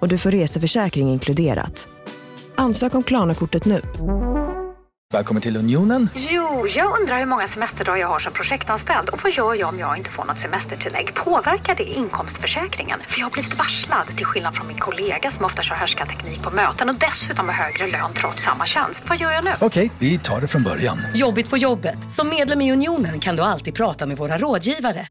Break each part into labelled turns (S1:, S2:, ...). S1: och du får reseförsäkring inkluderat. Ansök om Klarna-kortet nu.
S2: Välkommen till Unionen.
S3: Jo, jag undrar hur många semesterdagar jag har som projektanställd och vad gör jag om jag inte får något semestertillägg? Påverkar det inkomstförsäkringen? För jag har blivit varslad, till skillnad från min kollega som ofta kör teknik på möten och dessutom har högre lön trots samma tjänst. Vad gör jag nu?
S2: Okej, vi tar det från början.
S4: Jobbigt på jobbet. Som medlem i Unionen kan du alltid prata med våra rådgivare.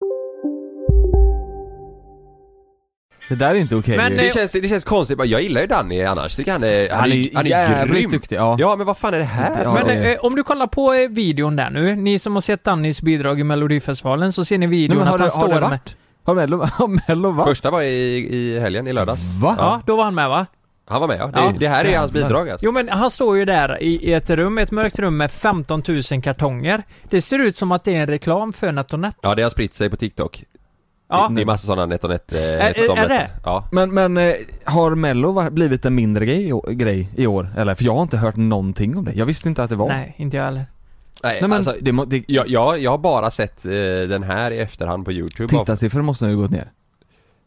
S5: Det där är inte okej
S6: Men,
S5: ju.
S7: eh,
S6: det, känns, det känns konstigt, jag gillar ju Danny annars, tycker han är,
S5: Han är ju- han är
S6: jävligt
S5: grymt duktig, ja.
S6: ja men vad fan är det här?
S5: Ja,
S6: Men,
S5: det-
S6: eh,
S5: är-
S7: Men eh, om du kollar på eh, videon där nu, ni som har sett Dannys bidrag i Melodifestivalen så ser ni
S5: Nej,
S7: videon
S5: men har,
S7: att han
S5: du, har
S7: står
S5: det
S7: med...
S5: varit? Har Mello, har Mello varit?
S6: Första var i, i helgen, i lördags.
S5: Va?
S7: Ja, då var han med va?
S6: Han var med ja. Det,
S7: Ja.
S6: det här är hans
S5: Jävlar.
S6: bidrag alltså.
S7: Jo men han står ju där i i ett rum, ett mörkt rum med 15 000 kartonger. Det ser ut som att det är en reklam för Natonet.
S5: Typ
S6: Ja det har spritt sig på TikTok.
S7: Ja.
S6: Det, det är massa sådana net och net eh,
S7: är-
S6: som-
S7: är det?
S6: Ja.
S5: Men, men eh, har Mello var- blivit en mindre grej, i å- grej i år? Eller? För jag har inte hört någonting om det. Jag visste inte att det var.
S7: Nej, inte jag heller.
S6: Nej,
S5: Nej men
S6: alltså,
S5: det, må- det
S6: jag, jag, jag har bara sett eh, den här i efterhand på YouTube. bara-
S5: tittarsiffror måste ha gått ner.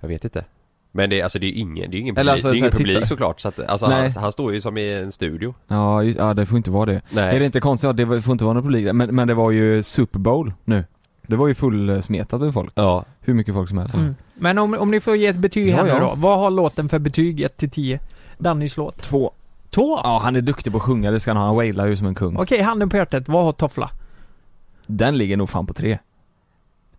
S6: Jag vet inte. Men det, alltså, det är ju ingen, det är ingen
S5: Eller
S6: publik,
S5: alltså,
S6: det är ingen
S5: så här,
S6: publik
S5: titta-
S6: såklart. Så att, alltså,
S5: Nej.
S6: han, han står ju som i en studio.
S5: Ja, ju- ja det får inte vara det.
S6: Nej.
S5: Är det inte konstigt? Ja, det var- får inte vara någon publik där. men, men det var ju Super Bowl nu. Det var ju fullsmetat med folk.
S6: Ja.
S5: Hur mycket folk som helst.
S7: Mm. Men om, om ni får ge ett betyg
S5: Ja,
S7: här nu
S5: ja.
S7: då. Vad har låten för betyg 1 till 10? Dannys låt.
S5: Två.
S7: 2?
S5: Ja, han är duktig på att sjunga, det ska han ha. Han wailar ju som en kung.
S7: Okej, handen på hjärtat. Vad har Toffla?
S5: Den ligger nog fan på tre.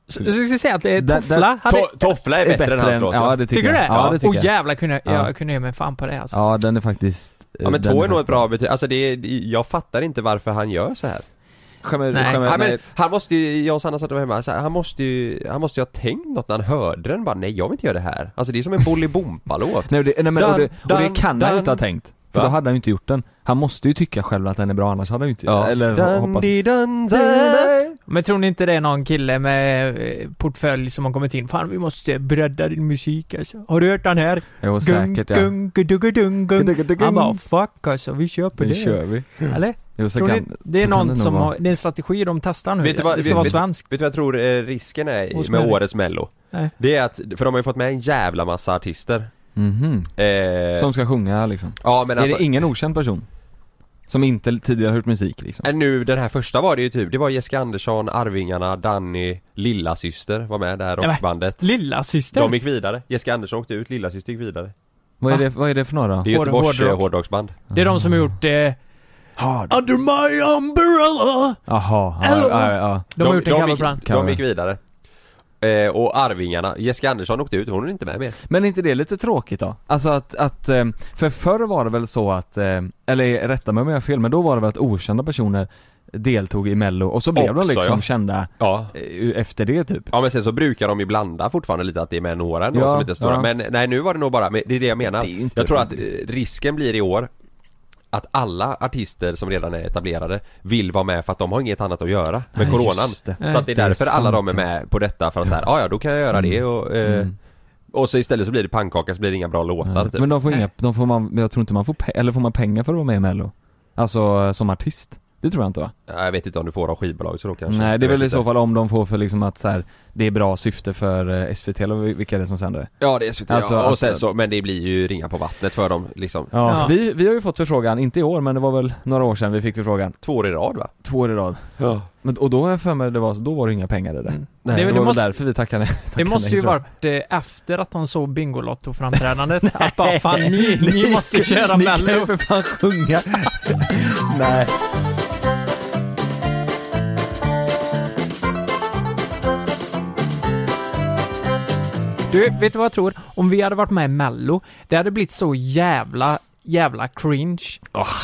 S5: Typ.
S7: Så, så ska jag säga att det är
S5: Där- där-
S7: Toffla? hade-
S6: To, toffla är bättre, än hans låt.
S5: Ja,
S6: Ja,
S5: det tycker,
S7: Tycker du det?
S5: jag. Ja, det tycker
S7: Åh
S5: jag.
S7: jävlar, kunde jag,
S5: Ja.
S7: jag kunde ge mig fan på det alltså.
S5: Ja, den är faktiskt... eh,
S6: ja men
S5: den
S6: två är nog ett
S5: faktiskt
S6: bra betyg. Alltså det är, jag fattar inte varför han gör så här.
S5: Skämmer,
S7: Nej.
S5: skämmer,
S6: han, men,
S5: nej.
S6: han måste ju, jag och Sanna satt och var hemma, så här, han måste ju, han måste ju ha tänkt något när han hörde den bara nej jag vill inte göra det här. Alltså det är som en Bolibompa-låt.
S5: Nej, det, nej men och,
S6: Dan-
S5: det, och det
S6: dan-
S5: kan han
S6: dan-
S5: ju inte ha tänkt. För
S6: Va?
S5: då hade han ju inte gjort den. Han måste ju tycka själv att den är bra annars hade han ju inte, eller hoppas.
S6: Dun-di, dun, dun.
S7: Men tror ni inte det är någon kille med eh, portfölj som har kommit in? Fan vi måste bredda din musik alltså. Har du hört den här?
S5: Jo säkert ja.
S7: gung, gung, gung, gung. Han bara 'fuck alltså, vi köper
S5: Nu
S7: det'
S5: kör vi.
S7: Eller?
S5: Jo, så
S7: Tror ni,
S5: kan,
S7: det är
S5: så kan
S7: någon
S5: det nog
S7: som
S5: vara.
S7: har, det är en strategi de testar nu.
S6: Vet du vad-
S7: det ska
S6: vet-
S7: vara
S6: vet-
S7: svenskt.
S6: Vet du vad jag tror eh, risken är
S7: Hos
S6: i- med
S7: mig.
S6: årets mello?
S7: Nej.
S6: Det är att, för de har ju fått med en jävla massa artister.
S5: Mhm.
S6: Eh,
S5: Som ska sjunga liksom.
S6: ja men alltså,
S5: är det ingen okänd person? Som inte tidigare hört musik liksom?
S6: eh, nu den här första var det ju typ, det var Jessica Andersson, Arvingarna, Danny, Lilla Syster var med det här
S7: men-
S6: rockbandet.
S7: Lilla syster?
S6: De gick vidare, Jessica Andersson åkte ut, Lilla Syster gick vidare.
S5: Vad är det, vad är det för några?
S6: Det är
S7: Hård-
S6: Göteborgs
S7: hårdrock.
S6: eh, hårdrocksband.
S7: Det är de som har gjort... Eh,
S5: Hard.
S7: Under my umbrella!
S5: Jaha, ja, ja, ja.
S7: De har gjort en
S6: gick,
S7: coverplan.
S6: de gick vidare. Eh, och Arvingarna, Jessica Andersson åkte ut, hon är inte med mer.
S5: Men är inte det lite tråkigt då? Alltså att, att, eh, för förr var det väl så att, eh, eller rätta mig om jag har fel, men då var det väl att okända personer deltog i mello och så blev
S6: Också,
S5: de liksom
S6: ja.
S5: kända
S6: Ja.
S5: eh, efter det typ.
S6: Ja men sen så brukar de ju blanda fortfarande lite att det är med några ändå
S5: Ja,
S6: som inte är stora
S5: ja.
S6: Men nej nu var det nog bara, men det är det jag menar
S5: Det är ju inte
S6: Jag tror att eh,
S5: roligt.
S6: risken blir i år Att alla artister som redan är etablerade Vill vara med för att de har inget annat att göra med
S5: Nej,
S6: coronan
S5: just det.
S6: Så att det är
S5: Det är
S6: därför alla
S5: sant,
S6: de är
S5: ja.
S6: med på detta för att såhär, ja ja då kan jag göra det och eh,
S5: Mm.
S6: Och så istället så blir det pannkaka så blir det inga bra låtar typ.
S5: Men de får inga,
S7: Nej.
S5: de får man, men jag tror inte man får, pe- eller får man pengar för att vara med i mello? Alltså eh, som artist? Det tror jag inte va?
S6: Ja, Jag vet inte om du får av skivbolag så då kanske
S5: Nej det
S6: Jag
S5: är väl
S6: vet
S5: i så
S6: inte.
S5: fall om de får för liksom att så här, det är bra syfte för eh, SVT eller vil- vilka det är som sänder det.
S6: Ja det är SVT
S5: Alltså,
S6: ja.
S5: att-
S6: och sen så, men det blir ju ringa på vattnet för dem liksom
S5: Ja,
S7: Ja.
S5: Vi, vi har ju fått förfrågan, inte i år men det var väl några år sedan vi fick förfrågan.
S6: Två år i rad va?
S5: Två år i rad.
S6: Ja
S5: Men, och då har jag för mig det var, då var det inga pengar i det.
S7: Mm.
S5: Nej, det,
S7: Det-
S5: var
S7: det
S5: väl
S7: måste-
S5: därför vi tackade tackade
S7: Det måste ju
S5: nej, tror jag.
S7: varit eh, efter att de såg Bingolotto-framträdandet. att bara fan ni, ni måste köra
S5: Ni kan ju
S7: Mello.
S5: för fan sjunga. Nej.
S7: Du, vet du vad jag tror? Om vi hade varit med i Mello, det hade blivit så jävla, jävla cringe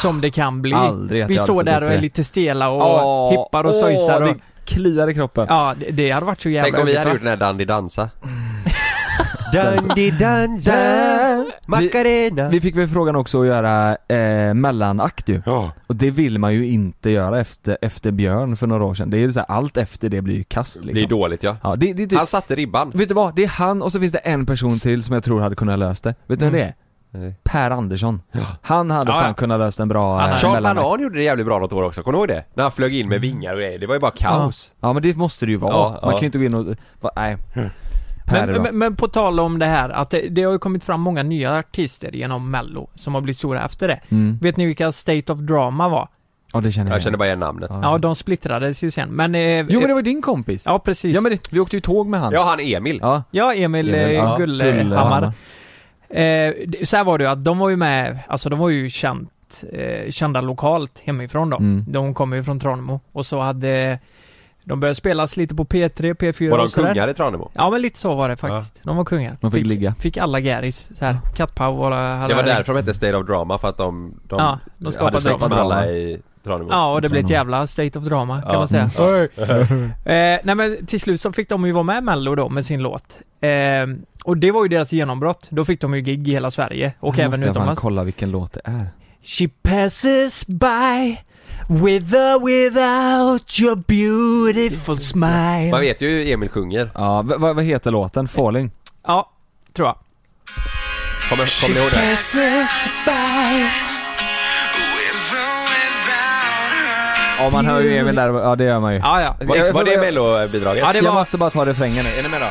S7: som det kan bli.
S5: Aldrig att
S7: vi
S5: jag hade
S7: står
S5: ställt
S7: där
S5: upp
S7: och
S5: i
S7: är
S5: det.
S7: lite stela och
S5: Åh,
S7: hippar och
S5: åh,
S7: sojsar och...
S5: Det kliar i kroppen.
S7: Ja, det, det hade varit så jävla
S6: Tänk om vi
S7: jobbigt,
S6: hade
S7: va?
S6: gjort den här Dandy dansa Dandy danza, Macarena
S5: Vi fick väl frågan också att göra eh, mellanakt ju.
S6: Ja,
S5: Och det vill man ju inte göra efter, efter Björn för några år sedan. Det är ju så här, allt efter det blir ju kast
S6: det är
S5: liksom.
S6: dåligt ja
S5: Ja, det, det är typ,
S7: Alltså-
S6: Han satte ribban
S5: Vet du vad? Det är han och så finns det en person till som jag tror hade kunnat löst det. Vet du vem det är?
S6: Nej.
S5: Per Andersson. Han hade
S7: Mm. Ja,
S5: fan
S7: ja.
S5: kunnat löst en bra eh,
S6: Charles
S5: mellanakt.
S6: Banan gjorde det jävligt bra något år också, kommer du ihåg det? När han flög
S5: Mm.
S6: in med vingar och grejer, det var ju bara kaos
S5: Ja men det måste det ju vara.
S6: Ja,
S5: man
S6: ja.
S5: kan ju inte gå in och, va, nej. Per är
S7: Men,
S5: bra.
S7: men, men på tal om det här, att det, det har ju kommit fram många nya artister genom mello som har blivit stora efter det.
S5: Mm.
S7: Vet ni vilka State of Drama var?
S5: Ja det känner jag,
S6: Jag kände bara igen namnet
S5: Ja.
S7: Ja, de splittrades ju sen, men... Eh,
S5: Jo men det var ju din kompis.
S7: Ja, precis.
S5: Ja men det, vi åkte ju tåg med han.
S6: Ja, han Emil
S5: Ja.
S7: Ja, Emil
S5: Emil, ja.
S7: eh, Gullhammar.
S5: Gullhammar.
S7: Eh, det- så här var det ju att de var ju med, alltså de var ju känt, eh, kända lokalt hemifrån då.
S5: Mm.
S7: De kommer ju från Tranemo och så hade de började spelas lite på P3, P4
S6: Var de
S7: och sådär.
S6: kungar i Tranemo?
S7: Ja men lite så var det faktiskt. De var kungar.
S5: De fick ligga.
S7: Fick alla gäris så här. Kattpaola hade
S6: Det var därför de hette State of Drama, för att de, de,
S7: Ja, de skapade
S6: hade sex
S7: drama.
S6: med alla i Tranemo
S7: Ja och det blev ett jävla state of drama kan man säga.
S6: Mm.
S7: eh, nej men till slut så fick de ju vara med i Mello då med sin låt. Eh, och det var ju deras genombrott. Då fick de ju gig i hela Sverige och
S5: Nu
S7: även
S5: måste jag fan
S7: utomlands.
S5: kolla vilken låt det är.
S7: She passes by with or without your beautiful
S6: Man
S7: smile.
S6: vet ju hur Emil sjunger
S5: Ja, v- vad vad heter låten? Falling?
S7: Ja, tror jag.
S6: Kommer kom ni ihåg det?
S5: Ja man hör ju Emil där, ja det gör man ju.
S7: Ja, ja.
S6: Var, var det
S5: jag-
S6: mellobidraget?
S7: Ja, det
S5: Jag
S7: var-
S5: måste bara ta refrängen nu, är ni med då?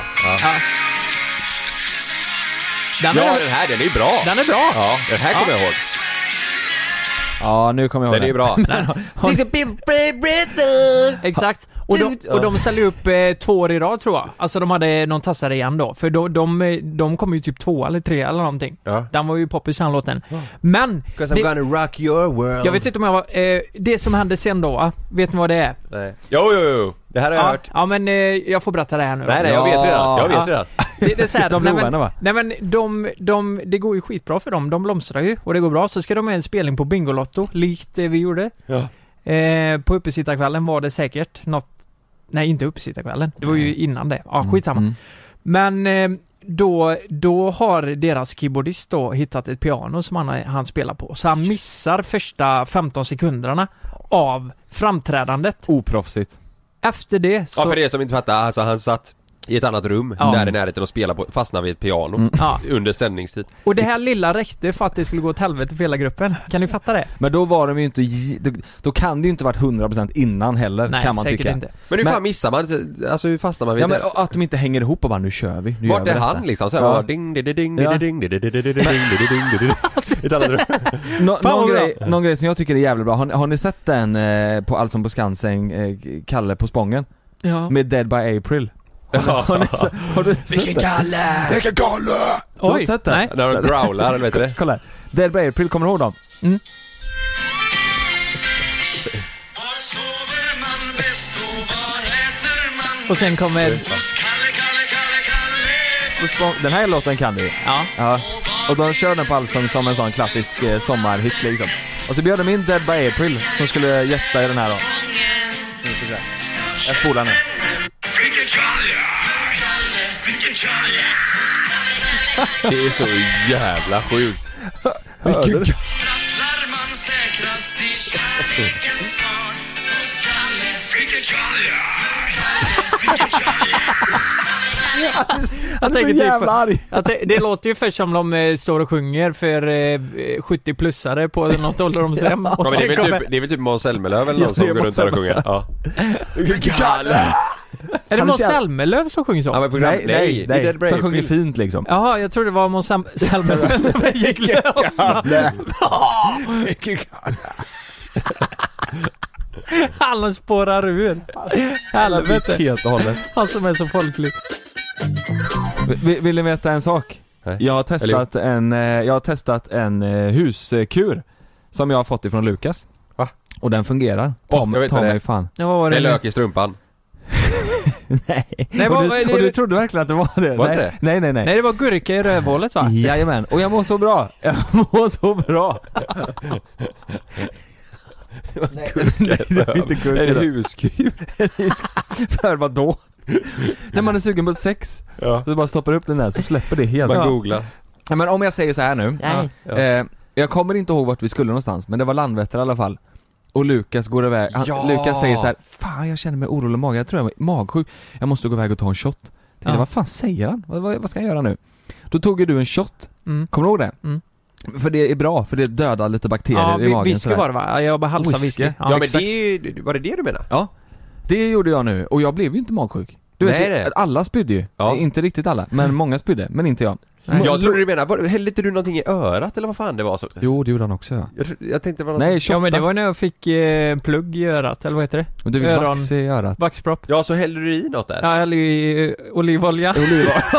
S7: Den,
S6: Ja,
S7: är,
S6: den här, den är ju bra!
S7: den är bra.
S6: Ja, den här kommer jag ihåg
S5: Ja nu kommer jag ihåg
S6: Den är ju bra
S7: Exakt. Och de, och de ställde ju upp eh, två år i rad tror jag. Alltså de hade någon tassare igen då. För de, de, eh, de kom ju typ två eller tre eller någonting.
S6: Ja.
S7: Den var ju poppis den låten. Men, det,
S6: gonna rock your world
S7: jag vet inte om jag var, eh, det som hände sen då va? Vet ni vad det är?
S6: Nej. Jo, jo, jo! Det här har jag
S7: Ja,
S6: hört
S7: ja men eh, jag får berätta det här nu då.
S6: Nej, nej, jag
S5: Ja.
S6: vet redan, jag vet
S7: Ja.
S6: redan
S7: Det, det är så här, de, nej,
S5: Blåvänner, va?
S7: men, nej men de, de, det går ju skitbra för dem. De blomstrar ju och det går bra. Så ska de ha en spelning på Bingolotto, likt det vi gjorde. Eh, på uppesittarkvällen var det säkert något... Nej, inte uppesittarkvällen. Det var ju innan det. Ja, skitsamma.
S5: Mm.
S7: Men eh, då, då har deras keyboardist då hittat ett piano som han, han spelar på. Så han missar första 15 sekunderna av framträdandet.
S5: Oproffsigt.
S7: Efter det så...
S6: Ja, för er som inte fattar, alltså han satt i ett annat rum,
S7: Ja.
S6: där i närheten och spelade på, fastnade vid ett piano
S7: Ja.
S6: under sändningstid
S7: Och det här lilla räckte för att det skulle gå åt helvete för hela gruppen. Kan ni fatta det?
S5: Men då var de ju inte, j- då, då kan det ju inte varit 100% innan heller
S7: Nej,
S5: kan man
S7: säkert
S5: tycka.
S7: inte.
S6: Men hur
S5: Men-
S6: fan missar man? Alltså hur fastnar man vid
S5: Ja men
S6: det?
S5: och att de inte hänger ihop och bara nu kör vi, nu gör
S6: Vart
S5: vi
S6: är
S5: detta.
S6: han liksom? Såhär
S5: Ja.
S6: bara ding di, di, ding di,
S5: Ja.
S6: di, ding di, di, di, di, di, ding di, di, ding di, di, di. Ett annat rum.
S5: Nå,
S7: vad
S5: någon,
S7: bra.
S5: grej, någon grej som jag tycker är jävligt bra, har, ni- har ni sett den eh, på Allsång på Skansen, eh, Kalle på Spången?
S7: Ja.
S5: Med Dead by April? Har, ni, se- har du sett den?
S7: Kalle!
S2: Vilken galle!
S5: Du har inte sett den?
S7: Nej.
S6: När de growlar, eller vet du det?
S5: Kolla här. Dead by April, kommer du ihåg dem?
S7: Och sen kommer...
S5: På Spång- Den här låten kan du ju.
S7: Ja.
S5: Ja. Och de kör den på Allsång som en sån klassisk eh, sommarhit liksom. Och så bjöd de in Dead by April som skulle gästa i den här då. Nu ska vi se. Jag spolar nu.
S6: Det är så jävla sjukt.
S7: Jag
S5: är så
S7: tänker typ
S5: jävla arg.
S7: att det, det låter ju först som de eh, står och sjunger för eh, 70-plussare på något ålderdomshem. Och
S6: Ja, men det, är
S7: sen
S6: väl
S7: kommer...
S6: typ, det är väl typ Måns Zelmerlöw eller
S5: Ja,
S6: någon som
S5: det är
S6: går runt där och
S5: Måns
S6: sjunger? Ja.
S7: Är det
S5: Han är
S7: Måns
S5: så jävla-
S7: Zelmerlöw som sjunger
S6: Ja,
S7: så?
S6: men program, nej, nej, nej. Dead
S5: Som sjunger
S6: Brave.
S5: fint liksom.
S7: Jaha, jag trodde det var Måns Zam- Zelmerlöw som gick lös. Han spårar ur. Helvete.
S5: Helt och hållet.
S7: Han som är så folklig.
S5: Vill, vill ni veta en sak?
S6: Nej.
S5: Jag har testat en, eh, jag har testat en eh, huskur som jag har fått ifrån Lukas.
S6: Va?
S5: Och den fungerar.
S6: Åh,
S5: Tom,
S6: jag vet
S5: ta
S6: vad det är.
S5: mig fan.
S7: Ja, vad var
S6: Det
S7: det
S6: är
S7: nu?
S6: lök i strumpan.
S7: Nej,
S5: och,
S7: vad,
S5: du,
S7: vad är det?
S5: och du trodde verkligen att det var det?
S6: Var
S5: nej.
S6: inte det?
S5: nej, nej, nej.
S7: Nej, det var gurka i rövhålet va?
S5: Jajamän, och jag mår så bra! Jag mår så bra! Nej, det var inte
S6: Är det
S5: gurka.
S6: huskur?
S5: För vad då? När man är sugen på sex,
S8: Ja.
S5: så bara stoppar upp den där så släpper det helt.
S6: Man
S5: Ja.
S6: googlar.
S5: Ja, men om jag säger så här nu.
S4: Nej.
S6: Ja.
S5: Eh, jag kommer inte ihåg vart vi skulle någonstans, men det var Landvetter i alla fall. Och Lukas går iväg, han,
S6: Ja.
S5: Lukas säger så här, Fan jag känner mig orolig i magen, jag tror jag är magsjuk. Jag måste gå iväg och ta en shot. Tänkte,
S7: Ja.
S5: Vad fan säger han? Vad, vad, vad ska jag göra nu? Då tog ju du en shot,
S7: Mm.
S5: kommer du ihåg det?
S7: Mm.
S5: För det är bra, för det dödar lite bakterier
S7: Ja,
S5: i
S7: vi,
S5: magen
S7: whisky
S5: sådär.
S7: var det va? Jag bara halsade
S5: Whisky.
S7: whisky.
S6: Ja, men
S5: exakt.
S6: det är ju, var det det du menar?
S5: Det gjorde jag nu, och jag blev ju inte magsjuk. Du
S6: Nej,
S5: vet,
S6: det.
S5: alla spydde ju.
S6: Ja.
S5: Inte riktigt alla, men
S7: Mm.
S5: många spydde, men inte jag.
S7: Nej.
S6: Jag trodde du menade, var, hällde inte du någonting i örat eller vad fan det var? Så,
S5: Jo, det gjorde han också ja.
S6: jag, tro- jag tänkte det var något
S5: Nej,
S6: sånt-
S7: Ja men det
S5: 28.
S7: var när jag fick eh, plugg i örat, eller vad heter det?
S5: Och Du fick
S7: öron-
S5: vax i örat.
S7: Vaxpropp?
S6: Ja, så hällde du i något där?
S7: Ja, eller i eh, olivolja.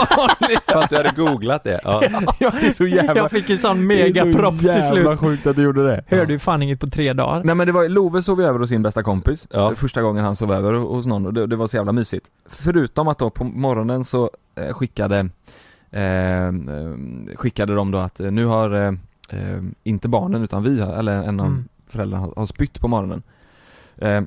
S6: För att du hade googlat det? Ja.
S5: Ja, det är så
S7: Jag fick ju sån megapropp till slut.
S5: sjukt att du gjorde det.
S7: Hörde ju fan inget på tre dagar.
S5: Nej men det var, Love sov ju över hos sin bästa kompis,
S6: Ja.
S5: första gången han sov över hos någon och det, det var så jävla mysigt. Förutom att då på morgonen så eh, skickade, eh, eh, skickade de då att eh, nu har, eh, eh, inte barnen utan vi, har, eller en av
S7: Mm.
S5: föräldrarna har, har spytt på morgonen. Eh,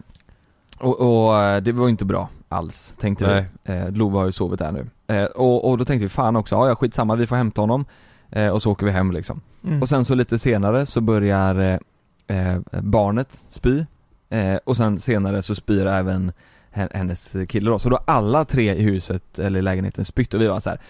S5: och, och eh, det var ju inte bra alls, tänkte vi.
S6: Nej.
S5: Eh, Love har ju sovit där nu. Eh, och, och då tänkte vi fan också, ja ja skitsamma vi får hämta honom eh, och så åker vi hem liksom.
S7: Mm.
S5: Och sen så lite senare så börjar eh, eh, barnet spy eh, och sen senare så spyr även hen- hennes kille då. Så då har alla tre i huset eller i lägenheten spytt och vi var så här.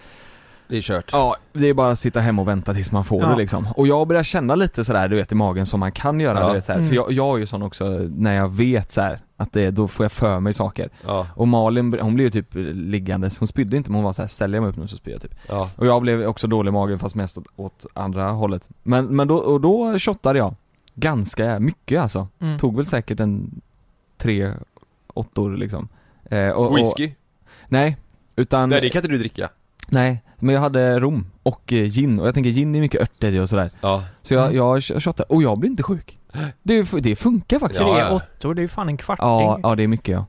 S6: Det är kört.
S5: Ja, det är bara att sitta hemma och vänta tills man får
S7: Ja.
S5: det liksom. Och jag börjar känna lite sådär du vet i magen som man kan göra
S6: Ja.
S5: du vet, så här.
S7: Mm.
S5: För jag, jag är ju sån också när jag vet så här att det, då får jag för mig saker.
S6: Ja,
S5: Och Malin, hon blev ju typ liggandes, hon spydde inte men hon var så här ställer jag mig upp nu så spyr jag typ.
S6: ja.
S5: Och jag blev också dålig i magen fast mest åt, åt andra hållet. Men, men då, och då shottade jag ganska mycket alltså.
S7: Mm.
S5: Tog väl säkert en tre åttor liksom. Eh, och, Och,
S6: Whisky?
S5: nej, utan
S6: Nej det kan inte du dricka.
S5: nej, men jag hade rom och eh, gin och jag tänker gin är mycket örter i och sådär.
S6: Ja.
S5: Så jag, jag shottade och jag blev inte sjuk. Det, fu- det funkar faktiskt.
S7: Så det är
S6: Ja.
S7: åttor, det är ju fan en kvarting.
S5: Ja, ja det är mycket ja.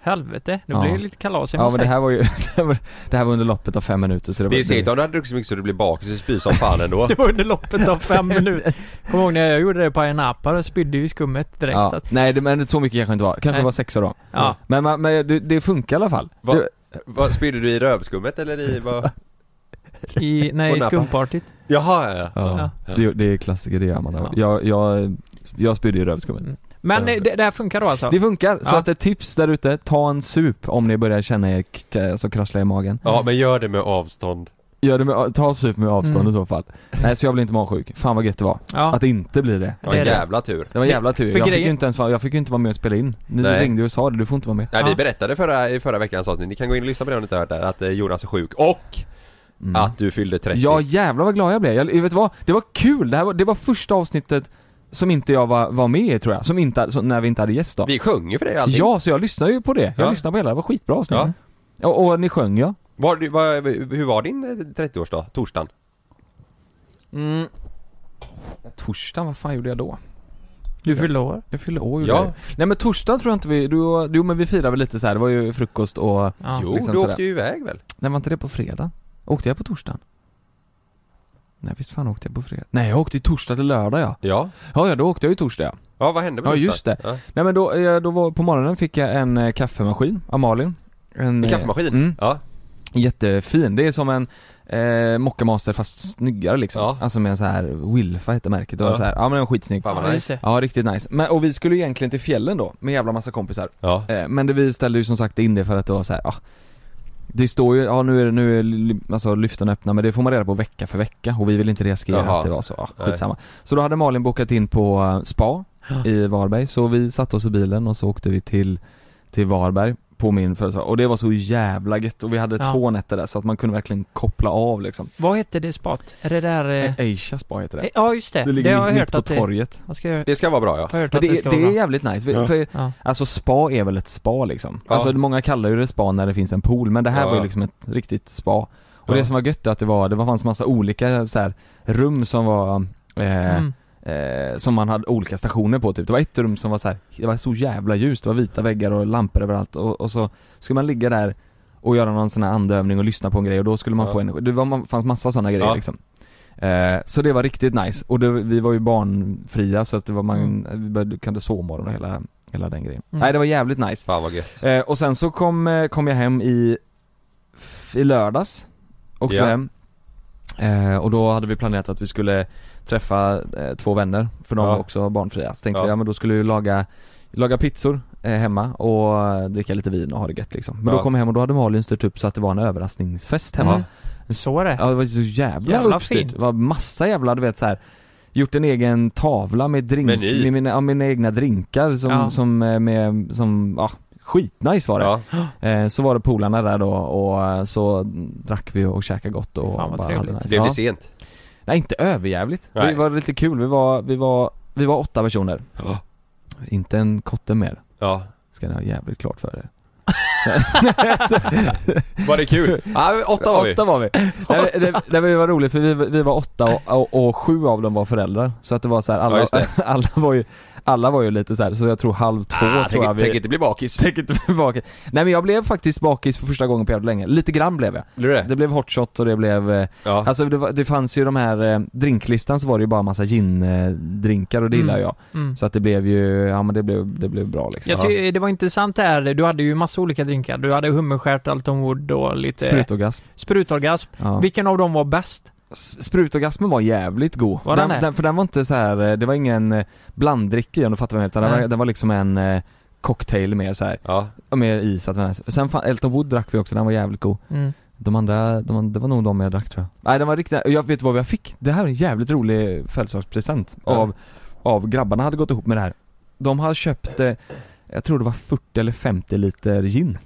S7: Helvete, nu
S5: Ja.
S7: blir det lite kalas i
S5: Ja men det
S7: här...
S5: här var ju, det här var, det här var under loppet av fem minuter så det var
S6: Det är säkert om du hade druckit så mycket så du blir bakis och spyr som fan ändå.
S7: Det var under loppet av fem minuter. Kommer ihåg när jag gjorde det på Ayia Napa, då spydde ju skummet direkt.
S5: ja.
S7: Att,
S5: Nej det, men så mycket kanske inte var, kanske
S7: Nej.
S5: var sex år då. Mm.
S7: ja.
S5: Men, man- men det, det funkar i alla fall.
S6: Va?
S5: Det-
S6: Vad, spydde du i rövskummet eller i vad?
S7: I, nej,
S6: Och
S7: i
S6: Napa.
S7: skumpartyt.
S6: Jaha ja, ja.
S5: Ja, Det, det är klassiker, det gör man.
S7: Ja.
S5: Jag, jag, jag spydde i rövskummet.
S7: Mm. Men det, det här funkar då alltså?
S5: Det funkar, så
S7: Ja.
S5: att ett tips där ute, ta en sup om ni börjar känna er k- k- så krassla i magen.
S6: Ja men gör det med avstånd.
S5: Gör det med, ta en sup med avstånd
S7: Mm.
S5: i så fall. Nej, så jag blev inte magsjuk. Fan vad gött det var.
S7: Ja.
S5: Att det inte blir det.
S6: Det var
S7: Det
S6: en
S7: är det.
S6: jävla tur.
S5: Det var en jävla tur.
S7: För
S5: Jag fick
S7: grejen-
S5: ju inte ens vara, jag fick ju inte vara med och spela in. Ni
S6: Nej.
S5: ringde och sa det, du får inte vara med.
S6: Nej
S7: Ja.
S6: vi berättade förra, i förra veckans avsnitt, ni kan gå in och lyssna på det om ni inte har hört det, att eh, Jonas är sjuk och
S5: Mm.
S6: att du fyllde 30.
S5: Ja jävlar vad glad jag blev. Jag, vet du vad? Det var kul! Det, här var, det var första avsnittet som inte jag var, var med i tror jag. Som inte, som, när vi inte hade gäst då.
S6: Vi sjöng ju för dig och allting.
S5: Ja, så jag lyssnade ju på det. Jag
S6: Ja.
S5: lyssnade på hela, det var skitbra avsnitt. Och, och ni sjöng ja.
S6: Var, du- var, hur var din eh, 30-årsdag? Torsdagen?
S5: Mm. Torsdagen, vad fan gjorde jag då?
S7: Du fyllde år.
S5: Jag fyllde år gjorde
S6: Ja.
S5: jag. Nej men torsdagen tror jag inte vi, du, jo men vi firade väl lite så här. det var ju frukost och,
S7: Ja.
S6: jo,
S5: liksom
S6: du
S5: sådär.
S6: åkte ju iväg väl?
S5: nej var inte det på fredag? Åkte jag på torsdagen? Nej visst fan åkte jag på fredag? Nej jag åkte ju torsdag till lördag ja.
S6: Ja.
S5: Ja ja, då åkte jag ju torsdag ja.
S6: Ja vad hände med
S5: Ja,
S6: torsdagen?
S5: just det.
S6: Ja.
S5: Nej men då, eh, då var, på morgonen fick jag en eh, kaffemaskin av Malin.
S6: En
S5: eh,
S6: kaffemaskin?
S5: Mm,
S6: Ja.
S5: jättefin. Det är som en eh, Mocca Master fast snyggare liksom.
S6: Ja.
S5: Alltså med en så här Wilfa heter märket. Det var
S6: Ja.
S5: så här, ja men den var skitsnygg.
S6: Fan vad
S7: Ja, just
S6: nice.
S7: det.
S5: Ja riktigt nice. Men, och vi skulle egentligen till fjällen då med jävla massa kompisar.
S6: Ja.
S5: Eh, men det, vi ställde ju som sagt in det för att det var så här, ah, det står ju, ja nu är, det- nu är ly- alltså, lyften öppna men det får man reda på vecka för vecka och vi vill inte riskera
S6: Jaha.
S5: att det var så, ah,
S6: Nej.
S5: skitsamma. Så då hade Malin bokat in på eh, spa i Varberg så vi satte oss i bilen och så åkte vi till, till Varberg på min födelsedag och det var så jävla gött och vi hade
S7: Ja.
S5: två nätter där så att man kunde verkligen koppla av liksom.
S7: Vad hette det spat? Är det där... eh,
S5: Asia spa heter det.
S7: eh, Ja, just det.
S5: Det
S7: Det,
S5: ligger
S7: har jag
S5: mitt
S7: hört
S5: på
S7: att det... Jag
S5: torget.
S7: ska jag
S6: Det ska vara bra ja.
S7: har hört
S5: Men
S7: att
S5: det,
S7: det,
S5: är-
S7: ska
S5: det
S7: vara
S5: är
S7: bra.
S5: jävligt nice,
S8: Ja.
S5: för, för
S7: Ja.
S5: Alltså spa är väl ett spa liksom?
S6: Ja.
S5: Alltså många kallar ju det spa när det finns en pool, men det här
S6: Ja.
S5: var ju liksom ett riktigt spa. Och
S6: Ja.
S5: det som var gött är att det var, det var- fanns massa olika så här, rum som var eh,
S7: Mm.
S5: eh, Som man hade olika stationer på typ. Det var ett rum som var så här, det var så jävla ljust, det var vita väggar och lampor överallt och, och så skulle man ligga där och göra någon sån här andövning och lyssna på en grej och då skulle man
S6: Ja.
S5: få energi. Det var, man- fanns massa sådana grejer
S6: Ja.
S5: liksom. Eh, så det var
S6: Mm.
S5: riktigt nice och det, vi var ju barnfria så att det var man, vi började, kunde sovmorgon och hela hela den grejen.
S7: Mm.
S5: Nej det var jävligt nice.
S6: Fan vad gött.
S5: Eh, och sen så kom, eh, kom jag hem i, f- i lördags, åkte
S6: Ja.
S5: hem eh, Och då hade vi planerat att vi skulle träffa eh, två vänner, för de
S6: Ja.
S5: var också barnfria. Så tänkte
S6: Ja.
S5: vi, ja men då skulle vi laga, laga pizzor eh, hemma och eh, dricka lite vin och ha det gött liksom. Men
S6: Ja.
S5: då kom jag hem och då hade Malin styrt upp så att det var en överraskningsfest hemma.
S7: Mm. Så är det.
S5: Ja det var så jävla,
S7: Jävla
S5: uppstyrt,
S7: fint.
S5: det var massa jävla du vet så här. Gjort en egen tavla med drink,
S6: Meny.
S5: med mina, ja, mina egna drinkar som,
S7: Ja.
S5: som, eh, med, som, ja skitnice var det.
S6: Ja.
S5: Eh, så var det polarna där då och eh, så drack vi och käkade gott och
S7: Fan, vad
S5: bara
S7: trevligt.
S5: hade nice.
S6: Blev
S5: ja.
S6: det sent?
S5: Nej inte överjävligt,
S6: Nej.
S5: det var lite kul, vi var, vi var, vi var åtta personer
S6: Ja.
S5: Inte en kotte mer,
S6: Ja.
S5: ska ni ha jävligt klart för er
S6: Var det kul? Ja, åtta var vi.
S5: Åtta var vi! Nej, men det, nej, men det var roligt för vi, vi var åtta och, och, och sju av dem var föräldrar Så att det var så här,
S6: Ja,
S5: alla,
S6: just det.
S5: alla var ju, alla var ju lite så här, så jag tror halv två
S6: Ah,
S5: tror jag
S6: tänk, tänk
S5: vi
S6: inte bli bakis.
S5: Tänk inte bli bakis. Nej men jag blev faktiskt bakis för första gången på jävligt länge, lite grann blev jag
S6: Blir du det?
S5: Det blev hot shot och det blev eh,
S6: Ja.
S5: Alltså det, var, det fanns ju de här, eh, drinklistan så var det ju bara massa gin-drinkar och det
S7: Mm.
S5: gillar jag.
S7: Mm.
S5: Så att det blev ju, ja men det blev, det blev bra liksom.
S7: Jag ty- det var intressant det här, du hade ju massa olika drinkar. Du hade hummerstjärt, Altonwood och lite
S5: Sprutorgasm.
S7: sprutorgasm.
S5: Ja.
S7: Vilken av dem var bäst?
S5: S- Sprutorgasmen var jävligt god.
S7: Var den
S5: den,
S7: det?
S5: den, för den var inte så här, eh, det var ingen eh, blanddricka i den, om du fattar vad jag menar. utan Den
S7: Nej.
S5: var, den var liksom en eh, cocktail mer så här,
S6: Ja.
S5: och mer is att den här. Sen fan, Elton Wood drack vi också, den var jävligt god.
S7: Mm.
S5: De andra, de, an- det var nog de jag drack tror jag. Nej den var riktigt, jag vet vad jag fick? Det här är en jävligt rolig födelsedagspresent
S6: Ja.
S5: av, av grabbarna hade gått ihop med det här. De hade köpt, eh, jag tror det var 40 eller 50 liter gin.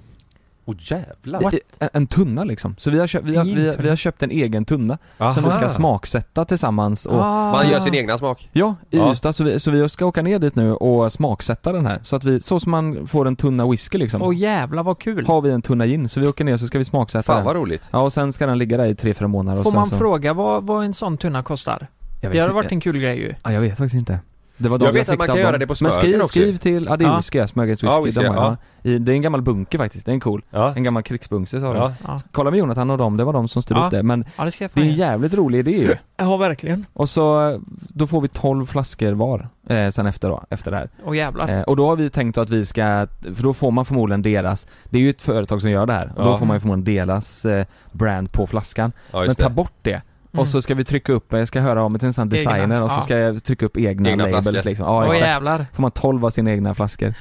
S6: Åh jävlar.
S5: I- i- En, en tunna liksom. Så vi har, köpt, vi, har, vi, har, vi har köpt en egen tunna som vi ska smaksätta tillsammans och
S7: Ah.
S6: Man gör sin egna smak.
S5: Ja, i
S6: Ja.
S5: Ystad, så vi, så vi ska åka ner dit nu och smaksätta den här. Så att vi, så som man får en tunna whisky liksom.
S7: Åh jävlar vad kul.
S5: Har vi en tunna gin, så vi åker ner så ska vi smaksätta
S6: Fan
S5: den.
S6: vad roligt.
S5: Ja och sen ska den ligga där i 3-4 månader och
S7: Får
S5: sen
S7: man
S5: så...
S7: fråga vad, vad en sån tunna kostar?
S5: Jag
S7: Det
S5: vet
S7: hade
S5: inte.
S7: varit en kul grej ju.
S5: Ja, jag vet faktiskt inte. Det var de
S6: Jag vet att
S5: fick
S6: man
S5: av
S6: kan
S5: dem.
S6: göra det på
S5: Men
S6: Smögen
S5: skriv,
S6: också.
S5: skriv till, ja det är
S7: Ja.
S5: whisky, ja. Smögens whisky,
S6: Ja, whisky,
S5: de har,
S6: ja.
S5: ja. I- Det är en gammal bunker faktiskt, det är en cool.
S6: Ja.
S5: En gammal krigsbunker sa de.
S6: Ja.
S7: Ja,
S5: Kolla med Jonathan och dem, det var de som styrde
S7: Ja.
S5: upp det. Men
S7: ja det ska jag
S5: det
S7: fan
S5: är en
S7: göra.
S5: jävligt rolig idé ju.
S7: Ja verkligen.
S5: Och så, då får vi 12 flaskor var eh, sen efter då, efter det här.
S7: Åh jävlar.
S5: Eh, och då har vi tänkt att vi ska, för då får man förmodligen deras, det är ju ett företag som gör det här, och då
S6: Ja.
S5: får man ju förmodligen deras eh, brand på flaskan.
S6: Ja,
S5: Men
S6: just
S5: ta
S6: det.
S5: bort det.
S7: Mm.
S5: Och så ska vi trycka upp, jag ska höra av mig till en sån här
S7: Egna,
S5: designer och så
S7: ja.
S5: ska jag trycka upp egna,
S6: Egna
S5: labels
S6: flaskor.
S5: liksom. Ja,
S7: Åh
S5: exakt.
S7: jävlar.
S5: Får man 12 av sina egna flaskor.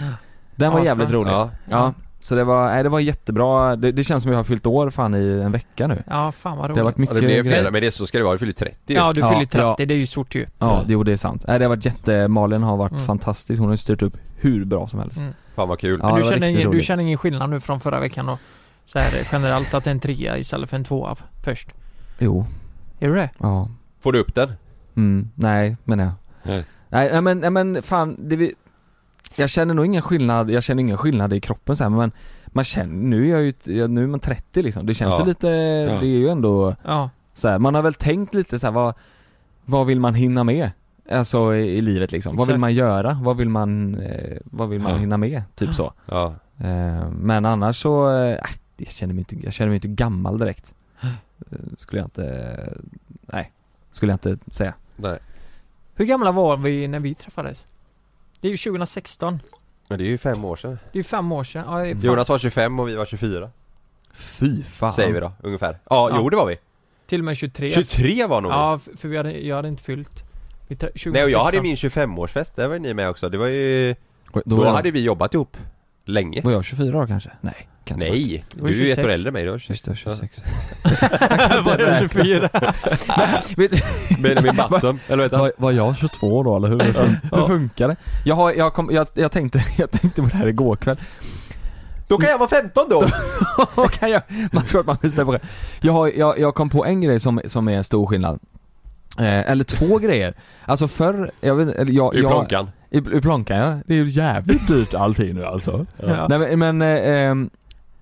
S5: Den var
S7: Ja,
S5: jävligt
S7: spännande.
S5: rolig. Ja.
S6: Ja.
S5: Så det var, nej, det var jättebra, det, det känns som jag har fyllt år fan i en vecka nu.
S7: Ja fan vad
S5: Det har varit
S7: roligt.
S6: Ja,
S5: mycket
S6: det blev
S5: grejer.
S6: flera, men det är så ska det vara. Du fyller 30 ju.
S7: Ja du
S5: Ja,
S7: fyller 30,
S5: ja.
S7: det är ju stort ju.
S5: Ja, det, jo det är sant. Nej, det har varit jätte, Malin har varit
S7: Mm.
S5: fantastisk, hon har ju styrt upp hur bra som helst.
S7: Mm.
S6: Fan vad kul.
S5: Ja,
S7: Men
S5: det
S7: du,
S5: var
S7: känner
S5: riktigt
S7: ingen, du
S5: roligt.
S7: känner ingen skillnad nu från förra veckan och så här eh, generellt att det är en trea istället för en tvåa först?
S5: Jo,
S7: Är du det?
S5: ja.
S6: Får du upp den?
S5: Mm, nej menar jag.
S6: Nej.
S5: Nej, nej, men, nej men fan, det vi... Jag känner nog ingen skillnad, jag känner ingen skillnad i kroppen så här, men man känner, nu är jag ju, ja, nu är man 30 liksom, det känns
S6: Ja.
S5: ju lite, det är ju ändå
S7: Ja.
S5: så här, man har väl tänkt lite så här, vad, vad vill man hinna med? Alltså i, i livet liksom, vad vill
S7: Exakt.
S5: man göra? Vad vill man, eh, vad vill man
S6: Ja.
S5: hinna med? Typ så.
S6: Ja.
S5: Eh, men annars så, eh, jag känner mig inte, jag känner mig inte gammal direkt. Eh, skulle jag inte, nej, skulle jag inte säga.
S6: Nej.
S7: Hur gamla var vi när vi träffades? Det är ju 2016.
S6: Men det är ju fem år sedan.
S7: Det är ju fem år sedan.
S5: Mm.
S7: Ja, det är fan-
S6: Jonas var 25 och vi var 24.
S5: Fy fan.
S6: Säger vi då, ungefär. Ja,
S7: Ja.
S6: jo det var vi.
S7: Till och med 23.
S6: 23 var nog
S7: Ja, f- för vi hade, jag hade inte fyllt. Vi tra- 2016.
S6: Nej och jag hade ju min 25-årsfest, där var ju ni med också. Det var ju...
S5: Oj, Då,
S6: Då,
S5: var jag-
S6: hade vi jobbat ihop. Länge.
S5: Var jag 24 år kanske? Nej, kan inte vara.
S6: Nej,
S7: var
S6: du är ju ett
S7: 26.
S6: år äldre än mig. Du var 26.
S5: Just det, 26
S7: Var det 24?
S6: Benjamin Button, eller vad heter han?
S5: var, var jag 22 då eller hur? Hur funkar det? Jag, har, jag, kom, jag, jag, tänkte, jag tänkte på det här igår kväll
S6: Då kan jag vara 15 då!
S5: kan jag, Man tror att man bestämmer det jag, har, jag, jag kom på en grej som, som är en stor skillnad Eh, eller två grejer. Alltså förr, jag vet eller jag,
S6: I
S5: jag,
S6: plånkan.
S5: I, i plånkan ja. Det är ju jävligt dyrt allting nu alltså.
S7: Ja.
S5: Nej men, men eh, eh,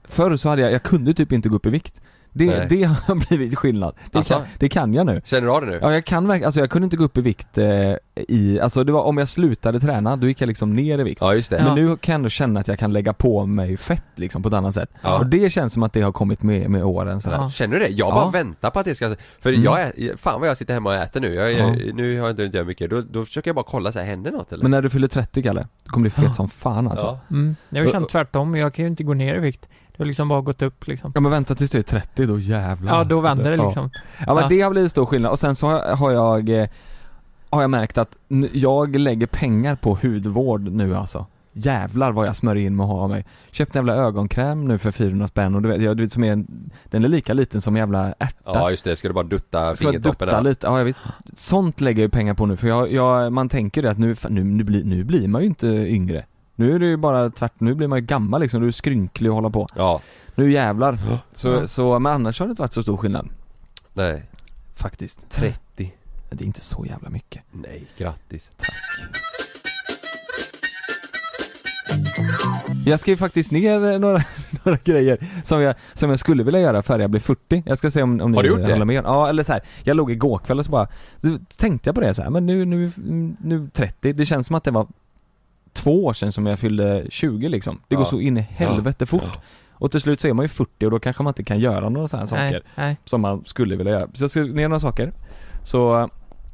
S5: förr så hade jag, jag kunde typ inte gå upp i vikt. Det,
S6: Nej.
S5: det har blivit skillnad. Det,
S6: Alltså?
S5: kan, det kan jag nu.
S6: Känner du av det nu?
S5: Ja jag kan verkligen, alltså jag kunde inte gå upp i vikt eh, i, alltså det var om jag slutade träna, då gick jag liksom ner i vikt.
S6: Ja, just det.
S7: Ja.
S5: Men nu kan jag ändå känna att jag kan lägga på mig fett liksom på ett annat sätt.
S6: Ja.
S5: Och det känns som att det har kommit med, med åren sådär.
S7: Ja.
S6: Känner du det? Jag bara
S5: Ja.
S6: väntar på att det ska, för
S5: Mm.
S6: jag är, fan vad jag sitter hemma och äter nu, jag, är-
S5: Ja.
S6: nu har jag inte hunnit göra mycket, då, då försöker jag bara kolla så här, händer något eller?
S5: Men när du fyller 30 Kalle, då kommer du bli fet
S7: Ja.
S5: som fan alltså. Ja.
S6: ja.
S7: Mm. Jag har ju känt tvärtom, jag kan ju inte gå ner i vikt. Det har liksom bara gått upp liksom.
S5: men vänta tills du är 30, då jävlar. alltså.
S7: Ja, då vänder det
S5: Ja.
S7: liksom.
S5: Ja men
S7: Ja.
S5: det har blivit stor skillnad och sen så har jag, har jag, eh, har jag märkt att n- jag lägger pengar på hudvård nu alltså Jävlar vad jag smörjer in mig och har av mig. Köpte en jävla ögonkräm nu för 400 spänn och du vet, jag, du vet som är, den är lika liten som en jävla ärta.
S6: ja just det, ska du bara dutta
S5: Så jag
S6: fingertoppen
S5: dutta
S6: där?
S5: lite, ja jag vet. Sånt lägger jag ju pengar på nu för jag, jag man tänker ju det att nu, fan, nu, nu, blir, nu blir man ju inte yngre. Nu är det ju bara tvärt, nu blir man ju gammal liksom, du är skrynklig och hålla på.
S6: Ja,
S5: Nu jävlar. Så,
S7: Ja.
S5: så, men annars har det inte varit så stor skillnad,
S6: nej,
S5: faktiskt.
S6: 30
S5: Det är inte så jävla mycket.
S6: Nej, grattis
S5: Jag skrev faktiskt ner eh, några, några grejer som jag, som jag skulle vilja göra före jag blir 40. Jag ska se om, om ni
S6: Har du gjort det?
S5: håller med. Ja, eller så här. jag låg igår kväll och så bara, så tänkte jag på det så här, men nu, nu, nu 30, det känns som att det var två år sedan som jag fyllde 20 liksom. Det går
S6: Ja.
S5: så in i helvete fort.
S6: Ja.
S5: Och till slut så är man ju 40 och då kanske man inte kan göra några sådana här saker
S7: Nej, nej.
S5: som man skulle vilja göra. Så jag skrev ner några saker. Så eh,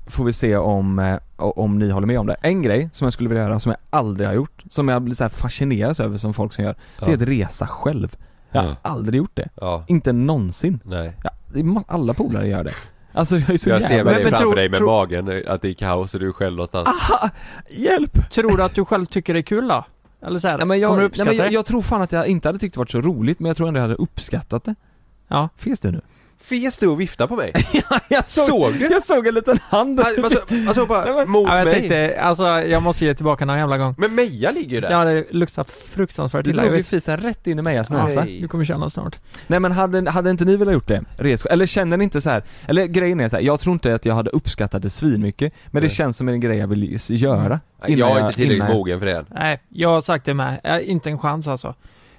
S5: får vi se om, eh, om ni håller med om det. En grej som jag skulle vilja göra som jag aldrig har gjort, som jag blir så här fascinerad över som folk som gör, det är att resa själv. Jag har
S6: Ja.
S5: aldrig gjort det.
S6: Ja,
S5: Inte någonsin.
S6: nej
S5: Ja, det är ma- alla polare gör det. Alltså jag är så
S6: Jag ser
S5: jävla...
S6: mig
S7: Men- men
S6: framför
S7: tro-
S6: dig med
S7: tro-
S6: magen, att det är kaos och du är själv någonstans
S5: Ah! Hjälp!
S7: Tror du att du själv tycker det är kul då? Eller så här,
S5: Nej, men jag,
S7: kommer du
S5: nej,
S7: uppskatta
S5: men jag,
S7: det?
S5: jag tror fan att jag inte hade tyckt det varit så roligt, men jag tror ändå jag hade uppskattat det.
S7: Ja.
S5: Finns du nu?
S6: Fes du och vifta på mig?
S5: Jag
S6: Såg du?
S5: Jag såg en liten hand.
S6: Alltså, alltså
S5: Nej,
S6: bara
S5: men-
S6: mot
S7: Ja, jag
S6: mig
S7: tänkte, alltså jag måste ge tillbaka någon jävla gång.
S6: Men Meja ligger ju där
S7: Ja, det luktar fruktansvärt
S5: Du
S7: illa. Jag
S5: drog ju
S7: vet.
S5: fisen rätt in i Mejas näsa.
S7: Alltså, du kommer känna snart.
S5: Nej men hade, hade inte ni velat gjort det? Res, eller känner ni inte så här? eller grejen är så här, jag tror inte att jag hade uppskattat det svinmycket, men det
S6: Nej.
S5: känns som en grej jag vill s- göra. innan
S6: Jag är inte tillräckligt
S5: innan jag-
S6: mogen för det än
S7: Nej, jag har sagt det med. Eh, inte en chans alltså.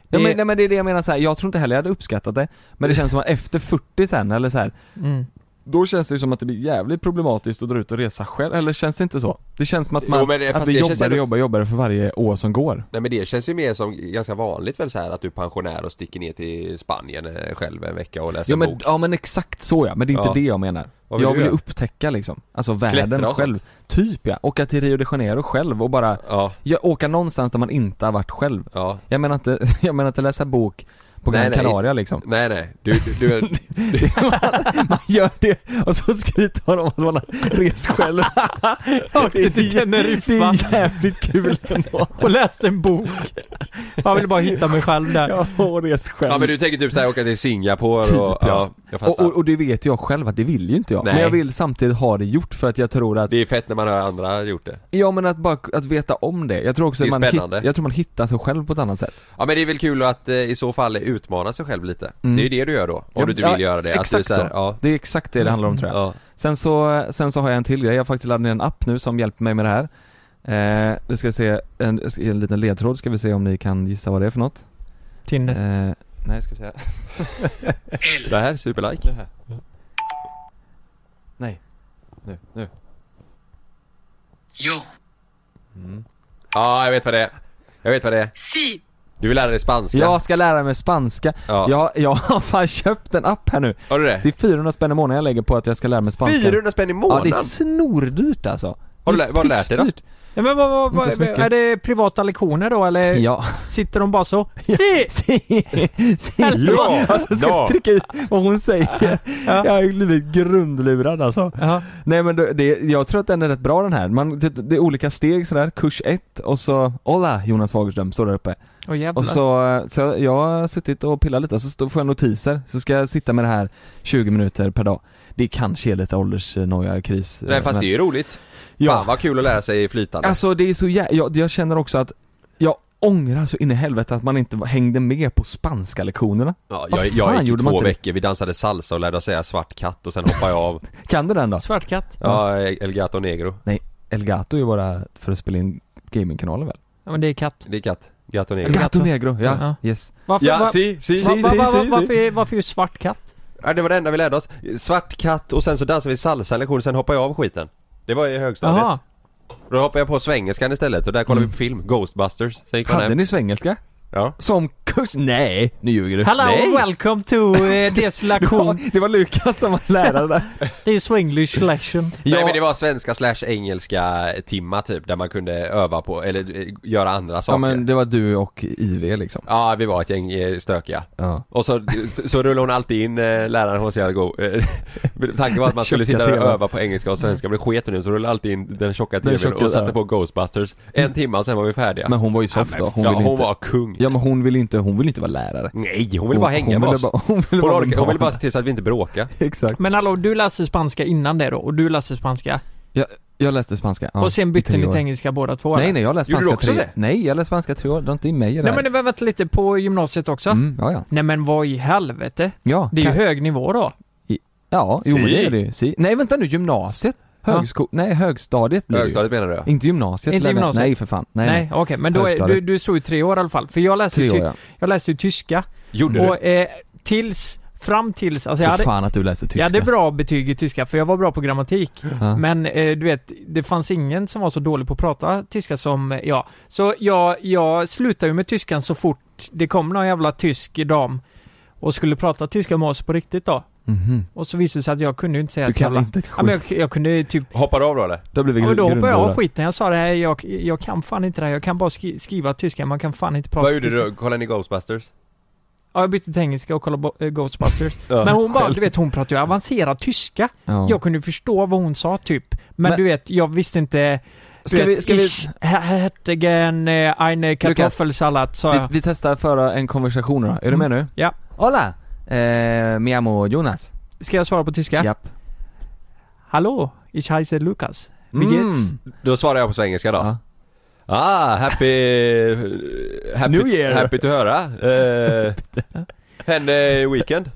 S5: Ja, men,
S7: Det-
S5: nej men det är det jag menar så här, jag tror inte heller jag hade uppskattat det, men det känns som att efter 40 sen eller så här,
S7: Mm.
S5: då känns det ju som att det blir jävligt problematiskt att dra ut och resa själv, eller känns det inte så? Det känns som att man,
S6: Jo, men det-
S5: att
S6: fast
S5: vi
S6: det känns
S5: jobbar och
S6: ändå-
S5: jobbar och jobbar för varje år som går.
S6: Nej men det känns ju mer som ganska vanligt väl så här att du är pensionär och sticker ner till Spanien eh, själv en vecka och läser
S5: Ja
S6: en
S5: men,
S6: bok
S5: ja men exakt så ja, men det är inte
S6: Ja.
S5: det jag menar.
S6: Vad vill
S5: jag
S6: du
S5: vill ju
S6: göra?
S5: upptäcka liksom, alltså
S6: Klättra
S5: världen
S6: och
S5: själv. Typ ja, åka till Rio de Janeiro själv och bara
S6: Ja,
S5: Jag åka någonstans där man inte har varit själv.
S6: ja
S5: Jag menar inte, jag menar inte läsa bok på
S6: Nej,
S5: Gran
S6: nej.
S5: Canaria liksom.
S6: Nej nej, du, du, du är...
S5: Man gör det och så skryter man om att man har rest själv.
S7: åkte till
S5: Det
S7: Teneriffa
S5: är jävligt kul ändå.
S7: och läste en bok. Jag ville bara hitta mig själv där.
S5: Jag har rest själv.
S6: Ja men du tänker typ såhär åka till Singapore och,
S5: Typ, ja.
S6: ja, jag fattar
S5: och, och, och det vet jag själv att det vill ju inte jag.
S6: Nej.
S5: Men jag vill samtidigt ha det gjort för att jag tror att,
S6: Det är fett när man hör andra gjort det
S5: ja men att bara att veta om det. Jag tror också
S6: Det
S5: att
S6: är
S5: man, hit,
S6: spännande.
S5: jag tror man hittar sig själv på ett annat sätt.
S6: Ja men det är väl kul att eh, i så fall utmana sig själv lite
S5: Mm.
S6: Det är ju det du gör då, om
S5: Ja,
S6: du inte vill
S5: ja,
S6: göra det Att du
S5: Exakt
S6: så här,
S5: så.
S6: ja,
S5: Det är exakt det det handlar om tror jag.
S6: ja.
S5: Sen så, sen så har jag en till grej, jag har faktiskt laddat ner en app nu som hjälper mig med det här eh, Nu ska jag se, en, en liten ledtråd ska vi se om ni kan gissa vad det är för något
S7: Tinder.
S5: eh, Nej, ska vi se här.
S6: Det här, är superlike
S5: Nej, nu, nu
S6: Ja jag vet vad det är Jag vet vad det är Si Du vill lära dig spanska?
S5: Jag ska lära mig spanska,
S6: Ja.
S5: jag, jag har fan köpt en app här nu
S6: Har du
S5: Det
S6: det?
S5: är 400 spänn i månaden jag lägger på att jag ska lära mig spanska
S6: 400 spänn i
S5: Ja
S6: månaden?
S5: det är snordyrt alltså
S6: Har du lä- vad har du lärt dig då?
S5: Pissdyrt.
S7: Ja, men vad, vad,
S5: Inte
S7: vad,
S5: så mycket.
S7: är det privata lektioner då eller
S5: Eh, Ja,
S7: sitter de bara så?
S5: ja. Alltså, ska
S6: Ja.
S5: jag trycka i vad hon säger? Jag har ju blivit grundlurad alltså
S7: Ja.
S5: Nej men det, det, jag tror att den är rätt bra den här. Man, det, det är olika steg sådär, kurs 1 och så Ola Jonas Fagerström står där uppe.
S7: Åh jävlar.
S5: Och så, så jag har suttit och pillat lite och så står- får jag notiser, så ska jag sitta med det här 20 minuter per dag. Det kanske är lite åldersnoja kris. eh,
S6: Nej fast det är ju roligt Fan vad kul att lära sig flytande
S5: Alltså det är så jä- jag, jag känner också att jag ångrar så in i helvete att man inte var- hängde med på spanska lektionerna.
S6: Ja,
S5: vad
S6: jag,
S5: fan
S6: jag gick i
S5: gjorde man
S6: två
S5: inte det?
S6: veckor, vi dansade salsa och lärde oss säga svart katt och sen hoppade jag av
S5: Kan du den då?
S7: Svart katt.
S6: Ja, El Gato Negro
S5: El Gato är ju bara för att spela in gamingkanaler väl?
S7: Ja, men det är katt.
S6: Det är katt, Gato Negro
S7: El Gato.
S5: Gato Negro, ja,
S7: Ja.
S5: yes.
S7: Varför,
S6: Ja,
S7: var,
S6: si, si,
S7: va,
S6: si,
S7: va,
S6: si,
S7: va,
S6: si.
S7: varför, varför just svart katt?
S6: Ja, det var det enda vi lärde oss. Svart katt och sen så dansade vi salsa en lektion, sen hoppade jag av skiten. Det var i högstadiet.
S7: Jaha.
S6: Då hoppade jag på svengelskan istället och där kollade vi på film, Ghostbusters. Sen gick man
S5: Mm. Hade
S6: hem.
S5: ni svengelska?
S6: Ja.
S5: Som kurs? Nej, nu ljuger du.
S7: Hello
S6: Nej.
S7: welcome to eh, this
S5: Det var,
S7: lacoon.
S5: det var Lukas som var lärare där.
S7: This English lesson.
S6: Nej men det var svenska slash engelska timmar typ, där man kunde öva på, eller eh, göra andra saker.
S5: Ja men det var du och IV liksom.
S6: Ja, vi var ett gäng eh, stökiga.
S5: Ja.
S6: Och så, så rullade hon alltid in eh, läraren, hon var så jävla god. Eh, Tanken var att man skulle
S5: Tjocka
S6: sitta och
S5: teman.
S6: öva på engelska och svenska, men det sket hon i, så rullade alltid in den tjocka
S5: Den
S6: tvn
S5: tjocka,
S6: och satte
S5: ja.
S6: på Ghostbusters. En timme och sen var vi färdiga.
S5: Men hon var ju soft då. Hon
S6: ja,
S5: ville
S6: hon
S5: inte...
S6: var Mm. kung.
S5: Ja men hon ville inte, hon ville inte vara lärare.
S6: Nej, hon ville bara hänga med
S5: ville
S6: oss.
S5: bara- Hon ville
S6: Hon,
S5: bara...
S6: orkade, hon ville bara se till så att vi inte bråkade.
S5: Exakt.
S7: Men hallå, du läste spanska innan det då och du läste spanska.
S5: Jag läste spanska. Ja,
S7: och sen
S5: i
S7: bytte
S5: tre
S7: ni
S5: år.
S7: till engelska båda två?
S5: Nej
S7: eller?
S5: nej, jag läste
S6: Gjorde du
S5: spanska
S6: också
S5: tre.
S6: det?
S5: Nej, jag läste spanska tre år. Det var inte i mig i det
S7: Nej
S5: här.
S7: men det var vänta lite på gymnasiet också?
S5: Mm, ja, ja.
S7: Nej men vad i helvete?
S5: ja
S7: Det är ju
S5: kan-
S7: hög nivå då.
S5: Ja, jo men
S6: Si.
S5: det är det ju. Si. Nej vänta nu, gymnasiet? Högsko... Nej, högstadiet blir det ju.
S6: Högstadiet menar du?
S5: Inte gymnasiet.
S7: Inte
S5: Lennart.
S7: gymnasiet.
S5: Nej för fan. Nej,
S7: Nej,
S5: nej.
S7: okej men då är, du,
S5: Högstadiet.
S7: du stod ju tre år i alla fall. För jag läste,
S5: Tre år
S7: ty-
S5: ja.
S7: jag läste ju tyska.
S6: Gjorde du?
S7: Och eh, tills, fram tills, alltså jag
S5: För
S7: hade,
S5: fan att du läste tyska.
S7: jag hade bra betyg i tyska för jag var bra på grammatik.
S5: Ja.
S7: Men eh, du vet, det fanns ingen som var så dålig på att prata tyska som eh, jag. Så jag, jag slutade ju med tyskan så fort det kom någon jävla tysk dam och skulle prata tyska med oss på riktigt då.
S5: Mhm.
S7: Och så visade det sig att jag kunde ju inte säga
S5: Du
S7: ett
S5: kan
S7: jävla...
S5: inte ett
S7: Ja, men
S5: skit.
S7: jag, jag kunde typ...
S6: Hoppar du av då eller?
S5: Då blir vi
S7: Ja, men då hoppade jag av
S5: grundlurade.
S7: skiten. Jag sa det här, jag, jag kan fan inte det här. Jag kan bara skri skriva tyska, man kan fan inte prata
S6: Vad gjorde
S7: tyska.
S6: du? Kollade ni Ghostbusters?
S7: Ja, jag bytte till engelska och kollade bo- eh, Ghostbusters.
S5: Ja,
S7: men hon bara,
S5: själv.
S7: du vet hon pratade ju avancerad tyska.
S5: Ja.
S7: Jag kunde ju förstå vad hon sa typ. Men,
S5: Men-
S7: du vet, jag visste inte... Du
S5: Ska
S7: vet,
S5: vi, ska vi,
S7: ich hä- hertigen eh, eine Kartoffelsalat sa
S5: vi,
S7: jag.
S5: vi testar föra en konversation då. Är du med nu?
S7: Ja.
S5: Hola! Eh, mi amo Jonas.
S7: Ska jag svara på tyska?
S5: Japp.
S7: Hallå, ich heiße Lukas. Wie
S5: Mm.
S7: geht's?
S6: Då svarar jag på svengelska då.
S5: Ja.
S6: Ah, happy... happy
S5: New year.
S6: Happy to höra. Uh, hände weekend?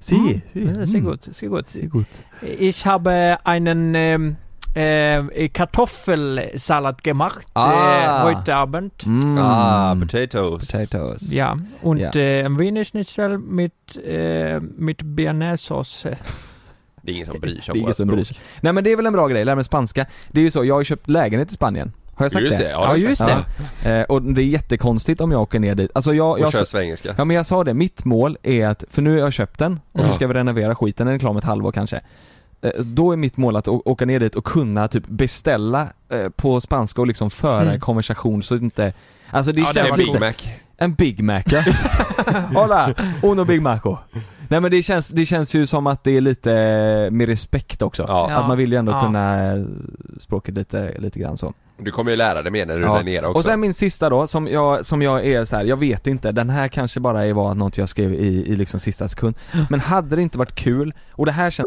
S5: Si.
S7: Ja, Sehr gut, sehr gut.
S5: Mm. Det är gott.
S7: Ich habe einen ähm, äh, Kartoffelsalat gemacht
S5: Ah.
S7: äh, heute Abend.
S5: Mm.
S6: Ah, potatoes.
S5: Potatoes.
S7: Ja, und
S5: Mm. Ja.
S7: äh, ein Wiener Schnitzel mit, äh, mit Bearnaisesauce.
S6: Det är ingen som bryr sig
S5: Det
S6: om
S5: är ingen
S6: våra
S5: som bryr
S6: språk.
S5: sig. Nej men det är väl en bra grej, lära mig spanska. Det är ju så, jag har ju köpt lägenhet i Spanien. Har jag sagt
S6: Just
S5: det?
S6: det, ja, det har jag sagt.
S5: Ja. Eh, och det är jättekonstigt om jag åker ner dit. Alltså jag,
S6: Och
S5: jag
S6: kör svengelska.
S5: Ja men jag sa det, mitt mål är att, för nu har jag köpt den och så
S6: Ja.
S5: ska vi renovera skiten, den är klar om ett halvår kanske. Eh, Då är mitt mål att å- åka ner dit och kunna typ beställa eh, på spanska och liksom föra
S7: Mm.
S5: en konversation så att inte Alltså det
S7: Ja, det
S5: känns
S7: var
S6: En Big
S5: lite,
S6: Mac.
S5: en Big Mac ja. Hola, uno Big Maco. Nej men det känns, det känns ju som att det är lite eh, med respekt också.
S6: Ja.
S5: Att man vill ju ändå
S7: Ja.
S5: kunna eh, språket lite, lite grann så.
S6: Du kommer ju lära dig mer när du
S5: Ja.
S6: är där nere också.
S5: Och sen min sista då, som jag, som jag är så här, jag vet inte, den här kanske bara är- var något jag skrev i, i liksom sista sekund. Men hade det inte varit kul, och det här känns...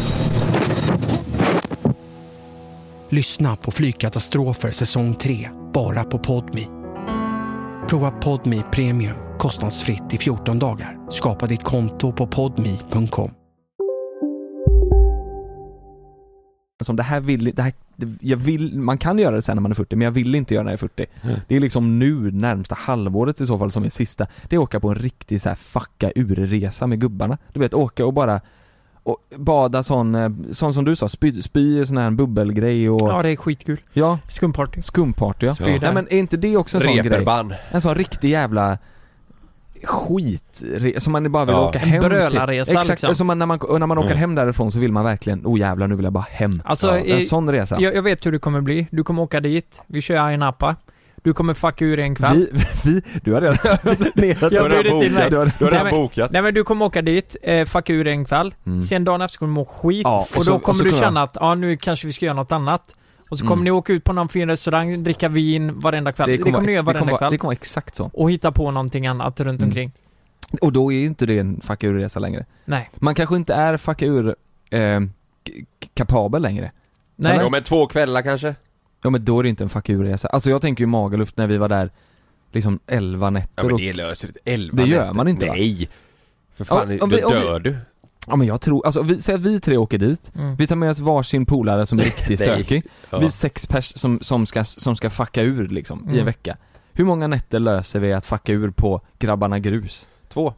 S8: Lyssna på Flygkatastrofer säsong 3, bara på Podmi. Prova Podmi Premium kostnadsfritt i 14 dagar. Skapa ditt konto på podmi.com.
S5: som det här vill, det här, det- jag vill, man kan göra det sen när man är 40 men jag vill inte göra det när jag är 40 Det är liksom nu, närmsta halvåret i så fall som är sista, det är att åka på en riktig så här fucka ur-resa med gubbarna Du vet, åka och bara och bada sån, eh, sån som du sa, spy, spy sån här bubbelgrej och
S7: Ja, det är skitkul.
S5: Ja.
S7: Skumparty.
S5: Skumparty ja.
S7: Spyr där.
S5: Nej men är inte det också en sån
S6: Reeperbahn.
S5: grej? En sån riktig jävla skit som man bara vill
S6: Ja.
S5: åka
S6: En
S5: hem
S7: brölarresa,
S5: till. Exakt,
S7: liksom.
S5: som man, när man, och när man åker
S7: Mm.
S5: hem därifrån så vill man verkligen, oh jävlar nu vill jag bara hem.
S7: Alltså,
S5: ja. En
S7: eh,
S5: sån resa.
S7: Jag, jag vet hur det kommer bli. Du kommer åka dit, vi kör Ayia Napa. Du kommer fucka ur en kväll.
S5: vi, vi, du har redan planerat
S7: Jag bjuder till mig.
S5: Du har, du har
S7: Nej, men- Nej men du kommer åka dit, eh, fucka ur en kväll.
S5: Mm.
S7: Sen dagen efter kommer du må skit.
S5: Ja,
S7: och,
S5: och så-
S7: då
S5: och
S7: kommer
S5: så
S7: du
S5: kommer
S7: känna
S5: jag-
S7: att, ja nu kanske vi ska göra något annat. Och så kommer
S5: Mm.
S7: ni åka ut på någon fin restaurang, dricka vin varenda kväll. Det kommer, ni
S5: det,
S7: göra
S5: kommer
S7: varenda
S5: vara,
S7: kväll.
S5: det kommer vara exakt så.
S7: Och hitta på någonting annat runt
S5: Mm.
S7: omkring.
S5: Och då är ju inte det en fucka ur-resa längre.
S7: Nej.
S5: Man kanske inte är fucka ur eh, k- k- kapabel längre.
S6: Nej.
S5: Eller?
S6: Ja men två kvällar kanske?
S5: Ja men då är det inte en fuck you-resa. Alltså jag tänker ju Magaluf när vi var där liksom 11 nätter
S6: Ja men
S5: och...
S6: det löser inte elva
S5: Det gör
S6: nätter.
S5: man inte va?
S6: Nej! För fan,
S5: Ja, om
S6: då
S5: vi- om vi-
S6: dör du.
S5: Ja men jag tror, alltså vi, säg att vi tre åker dit,
S6: Mm.
S5: vi tar med oss varsin polare som är riktigt
S6: Nej.
S5: stökig,
S6: Ja.
S5: vi är sex pers som, som, ska, som ska fucka ur liksom i
S6: Mm.
S5: en vecka. Hur många nätter löser vi att fucka ur på grabbarna grus?
S6: Två.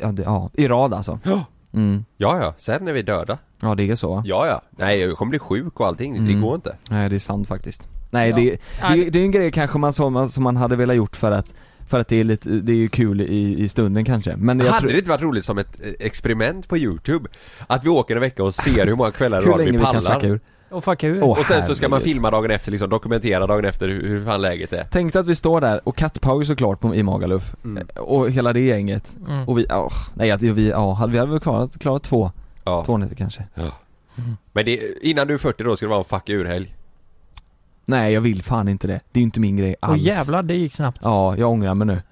S5: Ja, det, ja i rad alltså.
S6: Ja.
S5: Mm.
S6: Ja, ja. Sen är vi döda.
S5: Ja det är så. va?
S6: Ja, ja. Nej, jag kommer bli sjuk och allting. Det
S5: Mm.
S6: går inte.
S5: Nej det är sant faktiskt. Nej
S6: Ja.
S5: det, det, det är en grej kanske man som, som man hade velat gjort för att, för att det är lite, det är ju kul i, i stunden kanske. Men jag
S6: Hade
S5: tror,
S6: det inte varit roligt som ett eh, experiment på youtube? Att vi åker en vecka och ser hur många kvällar i
S5: Hur
S6: rad
S5: länge
S6: vi
S5: vi kan
S6: pallar.
S5: fucka ur.
S7: Och fucka ur.
S5: Åh,
S6: och sen så ska man
S5: herregud.
S6: filma dagen efter liksom, dokumentera dagen efter hur, hur fan läget är.
S5: Tänk dig att vi står där och kattpaus såklart på, i Magaluf Eh, och hela det gänget
S6: Mm.
S5: och vi, åh, nej att vi, ja, hade vi hade väl klarat, klarat två,
S6: Ja.
S5: två nätter kanske
S6: Men det, innan du är 40 då ska det vara en fuck ur-helg.
S5: Nej jag vill fan inte det, det är ju inte min grej alls
S7: Åh jävlar, det gick snabbt.
S5: Ja, jag ångrar mig nu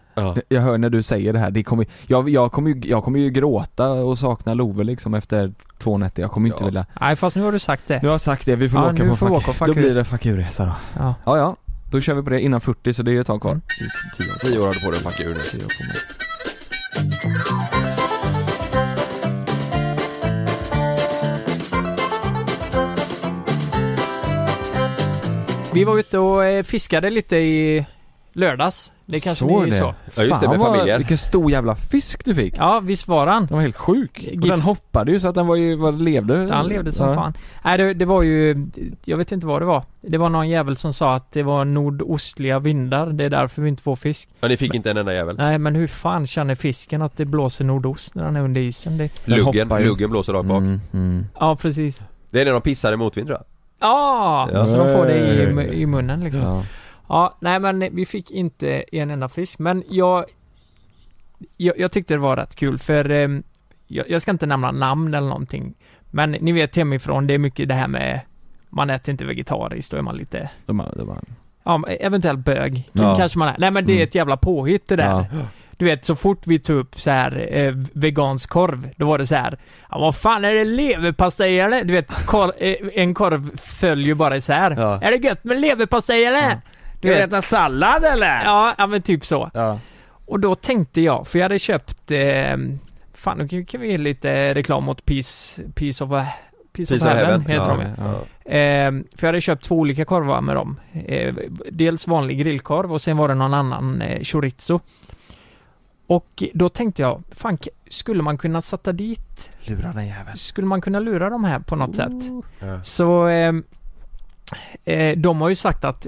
S5: Jag hör när du säger det här, det kommer, jag, jag, kommer ju, jag kommer ju gråta och sakna Love liksom efter två nätter, jag kommer ju inte vilja
S7: Nej fast nu har du sagt det.
S5: Nu har jag sagt det, vi får
S7: Ja,
S5: åka
S7: nu
S5: på
S7: får vi åka
S5: fuck,
S7: och fuck
S5: då
S7: ur.
S5: blir det fuck ur-resa då
S7: Ja.
S5: ja, ja, då kör vi på det innan 40 så det är ju ett tag kvar
S7: Mm.
S6: Tio år har du på dig att fucka ur nu.
S7: Vi var ute och eh, fiskade lite i lördags. Det kanske
S5: Såg
S7: ni
S5: det.
S7: såg.
S5: Ja, just det, med Fan, vad- familjen. vilken stor jävla fisk du fick.
S7: Ja, visst var han.
S5: Den var helt sjuk. Och den hoppade ju så att den var ju, var, levde
S6: Mm.
S7: Han levde som
S5: Ja.
S7: fan. Nej, det, det var ju... Jag vet inte vad det var. Det var någon jävel som sa att det var nordostliga vindar. Det är därför vi inte får fisk.
S6: Ja, ni fick inte en enda jävel.
S7: Nej, men hur fan känner fisken att det blåser nordost när den är under isen? Det...
S6: Luggen, luggen blåser rakt
S5: Mm.
S6: bak.
S7: Ja, precis.
S6: Det är när de pissar i motvind tror jag.
S7: Ja,
S6: Ja.
S7: så de får det i, mu- i munnen liksom.
S6: Ja.
S7: Ja. nej men vi fick inte en enda fisk. Men jag, jag, jag tyckte det var rätt kul för eh, jag, jag ska inte nämna namn eller någonting. Men ni vet hemifrån, det är mycket det här med man äter inte vegetariskt, då är man lite
S5: De, de, de,
S7: Ja, men eventuellt bög. K-
S5: Ja.
S7: Kanske man är. Nej men det är ett jävla påhitt det där.
S5: Ja.
S7: Du vet, så fort vi tog upp så här eh, vegansk korv, då var det så här. Ja, vad fan är det leverpastej eller? Du vet, kor- eh, en korv följer ju bara isär. Är det gött med leverpastej eller? Du
S9: Vill du
S7: äta sallad eller? Ja, ja men typ så. Och då tänkte jag, för jag hade köpt, eh, fan nu kan- kan vi ge lite reklam åt Peace, Peace of Peace of Heaven, heter de
S5: ja. ja.
S7: Ehm, för jag hade köpt två olika korvar med dem. Ehm, dels vanlig grillkorv och sen var det någon annan eh, chorizo. Och då tänkte jag, fan k- skulle man kunna sätta dit,
S5: Lura den jäveln.
S7: skulle man kunna lura de här på något sätt?
S5: Ja.
S7: Så ehm, eh, de har ju sagt att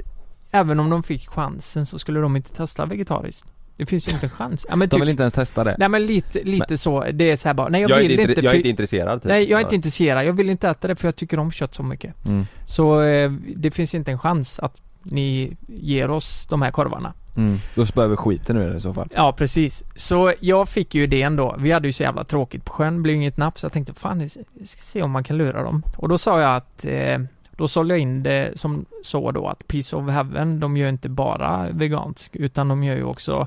S7: även om de fick chansen så skulle de inte testa vegetariskt. Det finns ju inte en chans. Ja, men
S5: De
S7: typ-
S5: vill inte ens testa det.
S7: Nej men lite, lite så, det är så här bara, nej jag,
S6: Jag är
S7: vill
S6: inte
S7: inte,
S6: intre- jag är
S7: för-
S6: inte intresserad, typ.
S7: Nej jag är inte
S6: Ja.
S7: intresserad, jag vill inte äta det för jag tycker om kött så mycket.
S6: Mm.
S7: Så eh, det finns inte en chans att ni ger oss de här korvarna.
S5: Mm. Då spöar vi skiten nu i så fall
S7: Ja precis. Så jag fick ju idén då, vi hade ju så jävla tråkigt på sjön, det blev inget napp så jag tänkte fan jag ska se om man kan lura dem. Och då sa jag att, eh, då sålde jag in det som så då att Piece of Heaven, de gör inte bara vegansk utan de gör ju också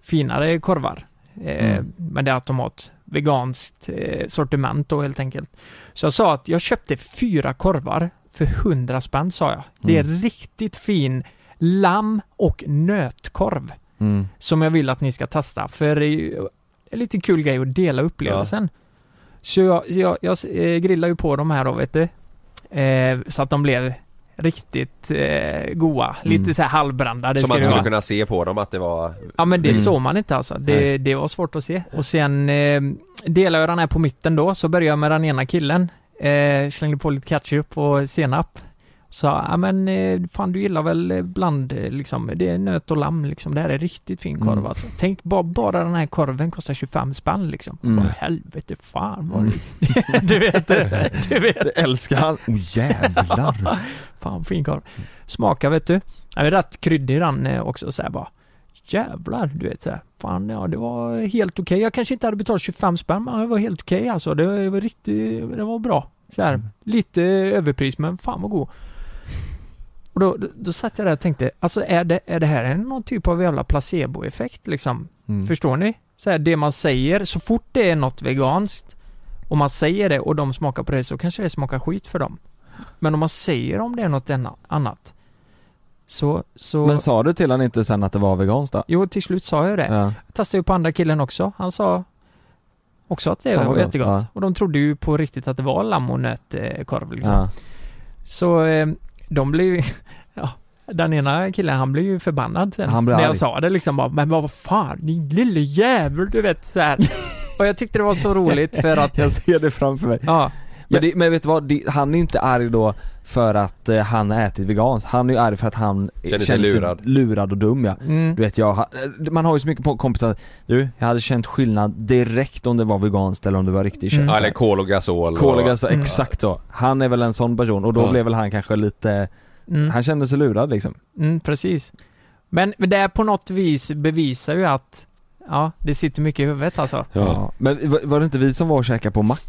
S7: finare korvar. Eh,
S9: Mm.
S7: Men det är att de har ett veganskt eh, sortiment då helt enkelt. Så jag sa att jag köpte fyra korvar för 100 spänn sa jag. Det är riktigt fin lamm och nötkorv
S5: Mm.
S7: som jag vill att ni ska testa. För det är ju en lite kul grej att dela upplevelsen. Så jag, så jag, jag eh, grillar ju på de här då vet du. Eh, så att de blev riktigt eh, goa. Lite
S6: Mm.
S7: så här halvbrandade
S6: Som man
S7: ska det
S6: skulle
S7: vara.
S6: kunna se på dem att det var...
S7: Ja men det
S6: Mm.
S7: såg man inte alltså. Det,
S6: Nej.
S7: det var svårt att se. Och sen eh, delade jag den här på mitten då, så började jag med den ena killen. Eh, slängde på lite ketchup och senap. Sa, ja men eh, fan du gillar väl eh, bland, eh, liksom, det är nöt och lamm liksom. Det här är riktigt fin korv
S5: Mm.
S7: alltså. Tänk bara, bara den här korven kostar 25 spänn liksom.
S5: Mm.
S7: Vad helvete fan vad det- Du vet, du vet.
S5: Det älskar han. Oh jävlar.
S7: Fan fin korv. Smaka vet du. Jag är rätt kryddig i den eh, också så här bara. Jävlar, du vet så här. Fan ja, det var helt okej. Jag kanske inte hade betalat 25 spänn men det var helt okej alltså. Det var riktigt, det var bra. Så här, lite överpris men fan vad god. Och då, då, då satt jag där och tänkte, alltså är det, är det här en- någon typ av jävla placeboeffekt liksom?
S5: Mm.
S7: Förstår ni? Så här, det man säger, så fort det är något veganskt och man säger det och de smakar på det så kanske det smakar skit för dem. Men om man säger om det är något enna- annat så, så...
S5: Men sa du till han inte sen att det var veganskt då?
S7: Jo, till slut sa jag det.
S5: Ja.
S7: Jag testade ju på andra killen också. Han sa också att det
S5: Fan, vad
S7: var
S5: gott.
S7: jättegott.
S5: Ja.
S7: Och de trodde ju på riktigt att det var lamm och nötkorv liksom.
S5: Ja.
S7: Så eh, de blev ju- ja, den ena killen han blev ju förbannad sen.
S5: Han blev
S7: när jag
S5: arg.
S7: sa det liksom bara, men vad fan din lille jävel, du vet så här. Och jag tyckte det var så roligt för att
S5: Jag ser det framför mig.
S7: Ja.
S5: Men, det, men vet du vad, det, han är inte arg då för att eh, han har ätit veganskt. Han är ju arg för att han
S6: Känner sig lurad.
S5: lurad och dum ja.
S7: Mm.
S5: Du vet jag, ha- eh, man har ju så mycket på- kompisar, du jag hade känt skillnad direkt om det var veganskt eller om det var riktigt
S7: Mm.
S5: kött.
S6: Ja, Eller kol och gasol.
S5: Kol och
S6: och-
S5: gasol,
S6: Ja.
S5: exakt så. Han är väl en sån person och då
S6: Ja.
S5: blev väl han kanske lite,
S7: Mm.
S5: han kände sig lurad liksom.
S7: Mm, precis. Men men det här på något vis bevisar ju att ja, det sitter mycket i huvudet alltså.
S5: Ja. Men var, var det inte vi som var och käkade på Max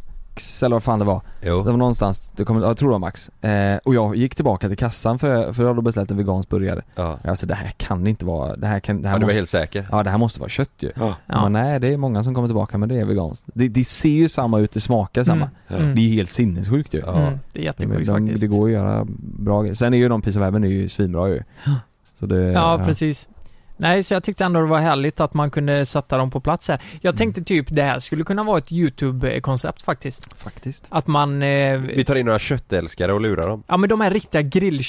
S5: eller vad fan det var?
S6: Jo.
S5: Det var någonstans, det kommer, jag tror det var Max. Eh, och jag gick tillbaka till kassan för, för jag hade beställt en vegansk burgare.
S6: Ja.
S5: Jag sa Alltså, det här kan inte vara, det här kan, det här
S6: Ja, du var
S5: måste,
S6: helt säker.
S5: Ja det här måste vara kött ju.
S6: Ja.
S5: Men nej det är många som kommer tillbaka men det är veganskt. Det, det ser ju samma ut, det smakar samma.
S6: Mm. Ja.
S5: Det är helt sinnessjukt ju.
S7: Mm, det är jättesjukt
S5: de,
S7: faktiskt.
S5: Det går att göra bra grejer. Sen är ju de Piece of Heaven är ju svinbra ju. Så det,
S7: Ja, precis. Nej, så jag tyckte ändå det var härligt att man kunde sätta dem på plats här. Jag tänkte typ det här skulle kunna vara ett YouTube-koncept faktiskt.
S5: Faktiskt.
S7: Att man... Eh,
S6: Vi tar in några köttälskare och lurar dem.
S7: ja men de här riktiga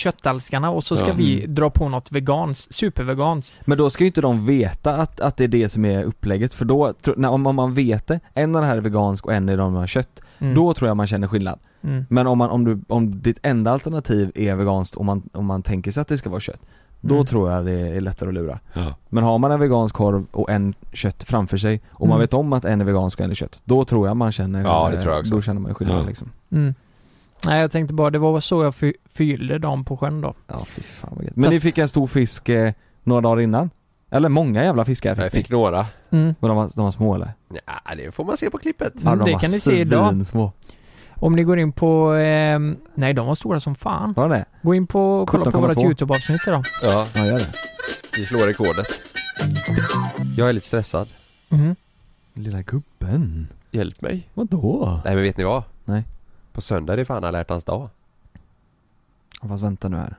S7: grillköttälskarna och så ska
S6: Ja.
S7: vi dra på något vegans, supervegans.
S5: Men då ska ju inte de veta att, att det är det som är upplägget för då, tro- när, om, om man vet det, en av de här är vegansk och en av dem har kött,
S7: Mm.
S5: då tror jag man känner skillnad.
S7: Mm.
S5: Men om, man, om, du, om ditt enda alternativ är veganskt och man, om man tänker sig att det ska vara kött, då
S7: Mm.
S5: tror jag det är lättare att lura.
S6: Ja.
S5: Men har man en vegansk korv och en kött framför sig och man
S7: Mm.
S5: vet om att en är vegansk och en är kött, då tror jag man känner,
S6: Ja, det tror jag också.
S5: då känner man ju skillnad
S6: Ja.
S5: liksom.
S7: Mm. Nej, jag tänkte bara det var så jag för, förgyllde dem på sjön då.
S5: Ja, fy fan vad gött. Men ni fick en stor fisk eh, några dagar innan? Eller många jävla fiskar
S6: Jag
S5: ni.
S6: fick några.
S7: Mm.
S5: Men de var, de var små eller?
S6: Ja, det får man se på klippet.
S5: Ja,
S7: Mm,
S5: de
S7: det
S5: var
S7: kan ni se idag.
S5: svinsmå.
S7: Om ni går in på... Eh, nej, de var stora som fan.
S5: Var det
S7: Gå in på och kolla på
S5: 17,2.
S7: vårt YouTube-avsnitt idag.
S6: Ja,
S5: Ja, gör det.
S6: vi slår rekordet. Jag är lite stressad.
S7: Mhm.
S5: Lilla gubben.
S6: Hjälp mig.
S5: Vadå?
S6: Nej men vet ni vad?
S5: Nej.
S6: På söndag är det fan alla hjärtans dag.
S5: Ja, Fast vänta nu här.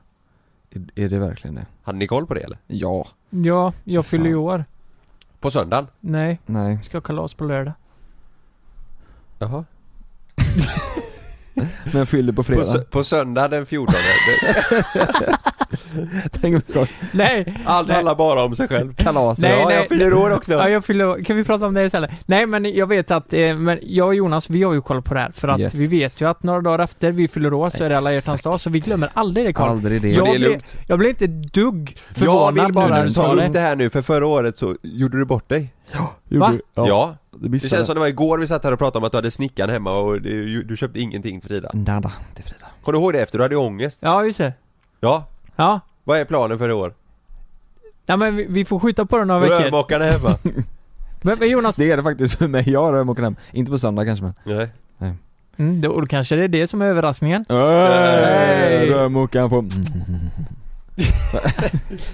S5: Är- Är det verkligen det?
S6: Hade ni koll på det eller?
S5: Ja.
S7: Ja, jag fyller ju år.
S6: På söndagen?
S7: Nej,
S5: Nej.
S7: ska ha kalas på lördag.
S6: Jaha.
S5: Men fyller på
S6: På,
S5: fredag.
S6: sö- på söndag den 14.
S5: Tänk om så.
S7: Nej!
S6: Allt handlar bara om sig själv.
S5: Kalas.
S7: Nej,
S6: Alltså, ja,
S7: nej.
S6: jag fyller år också.
S7: Ja, jag fyller Kan vi prata om det istället? Nej, men jag vet att, eh, men jag och Jonas, vi har ju koll på det här. För att
S5: Yes.
S7: vi vet ju att några dagar efter vi fyller år så är det alla hjärtans
S5: Exakt.
S7: dag, så vi glömmer aldrig det Carl.
S5: Aldrig det.
S7: Jag,
S6: det är
S7: blir,
S6: lugnt.
S7: jag blir inte ett dugg
S6: Jag
S7: förvånad
S6: vill
S7: nu när
S6: bara
S7: du
S6: ta
S7: sa
S6: upp det
S7: det.
S6: här nu för förra året så gjorde du bort dig.
S5: Gjorde
S7: Va?
S5: du?
S6: Ja.
S5: Det
S6: Det
S5: missade.
S6: känns som det var igår vi satt här och pratade om att du hade snickaren hemma och du, du köpte ingenting till Frida.
S5: Nada, det är fredag.
S6: Kommer du ihåg det efter? Du hade ju ångest.
S7: Ja, just det.
S6: Ja.
S7: Ja.
S6: Vad är planen för i år?
S7: Nej men vi, vi får skjuta på det några veckor.
S6: Rörmokarna hemma.
S7: Men, men Jonas,
S5: Alltså, Det är det faktiskt för mig. Jag har rörmokare hem. Inte på söndag kanske men.
S6: Nej.
S7: mm, då, då kanske det är det som är överraskningen.
S5: Hey! Mm. Rörmokaren får...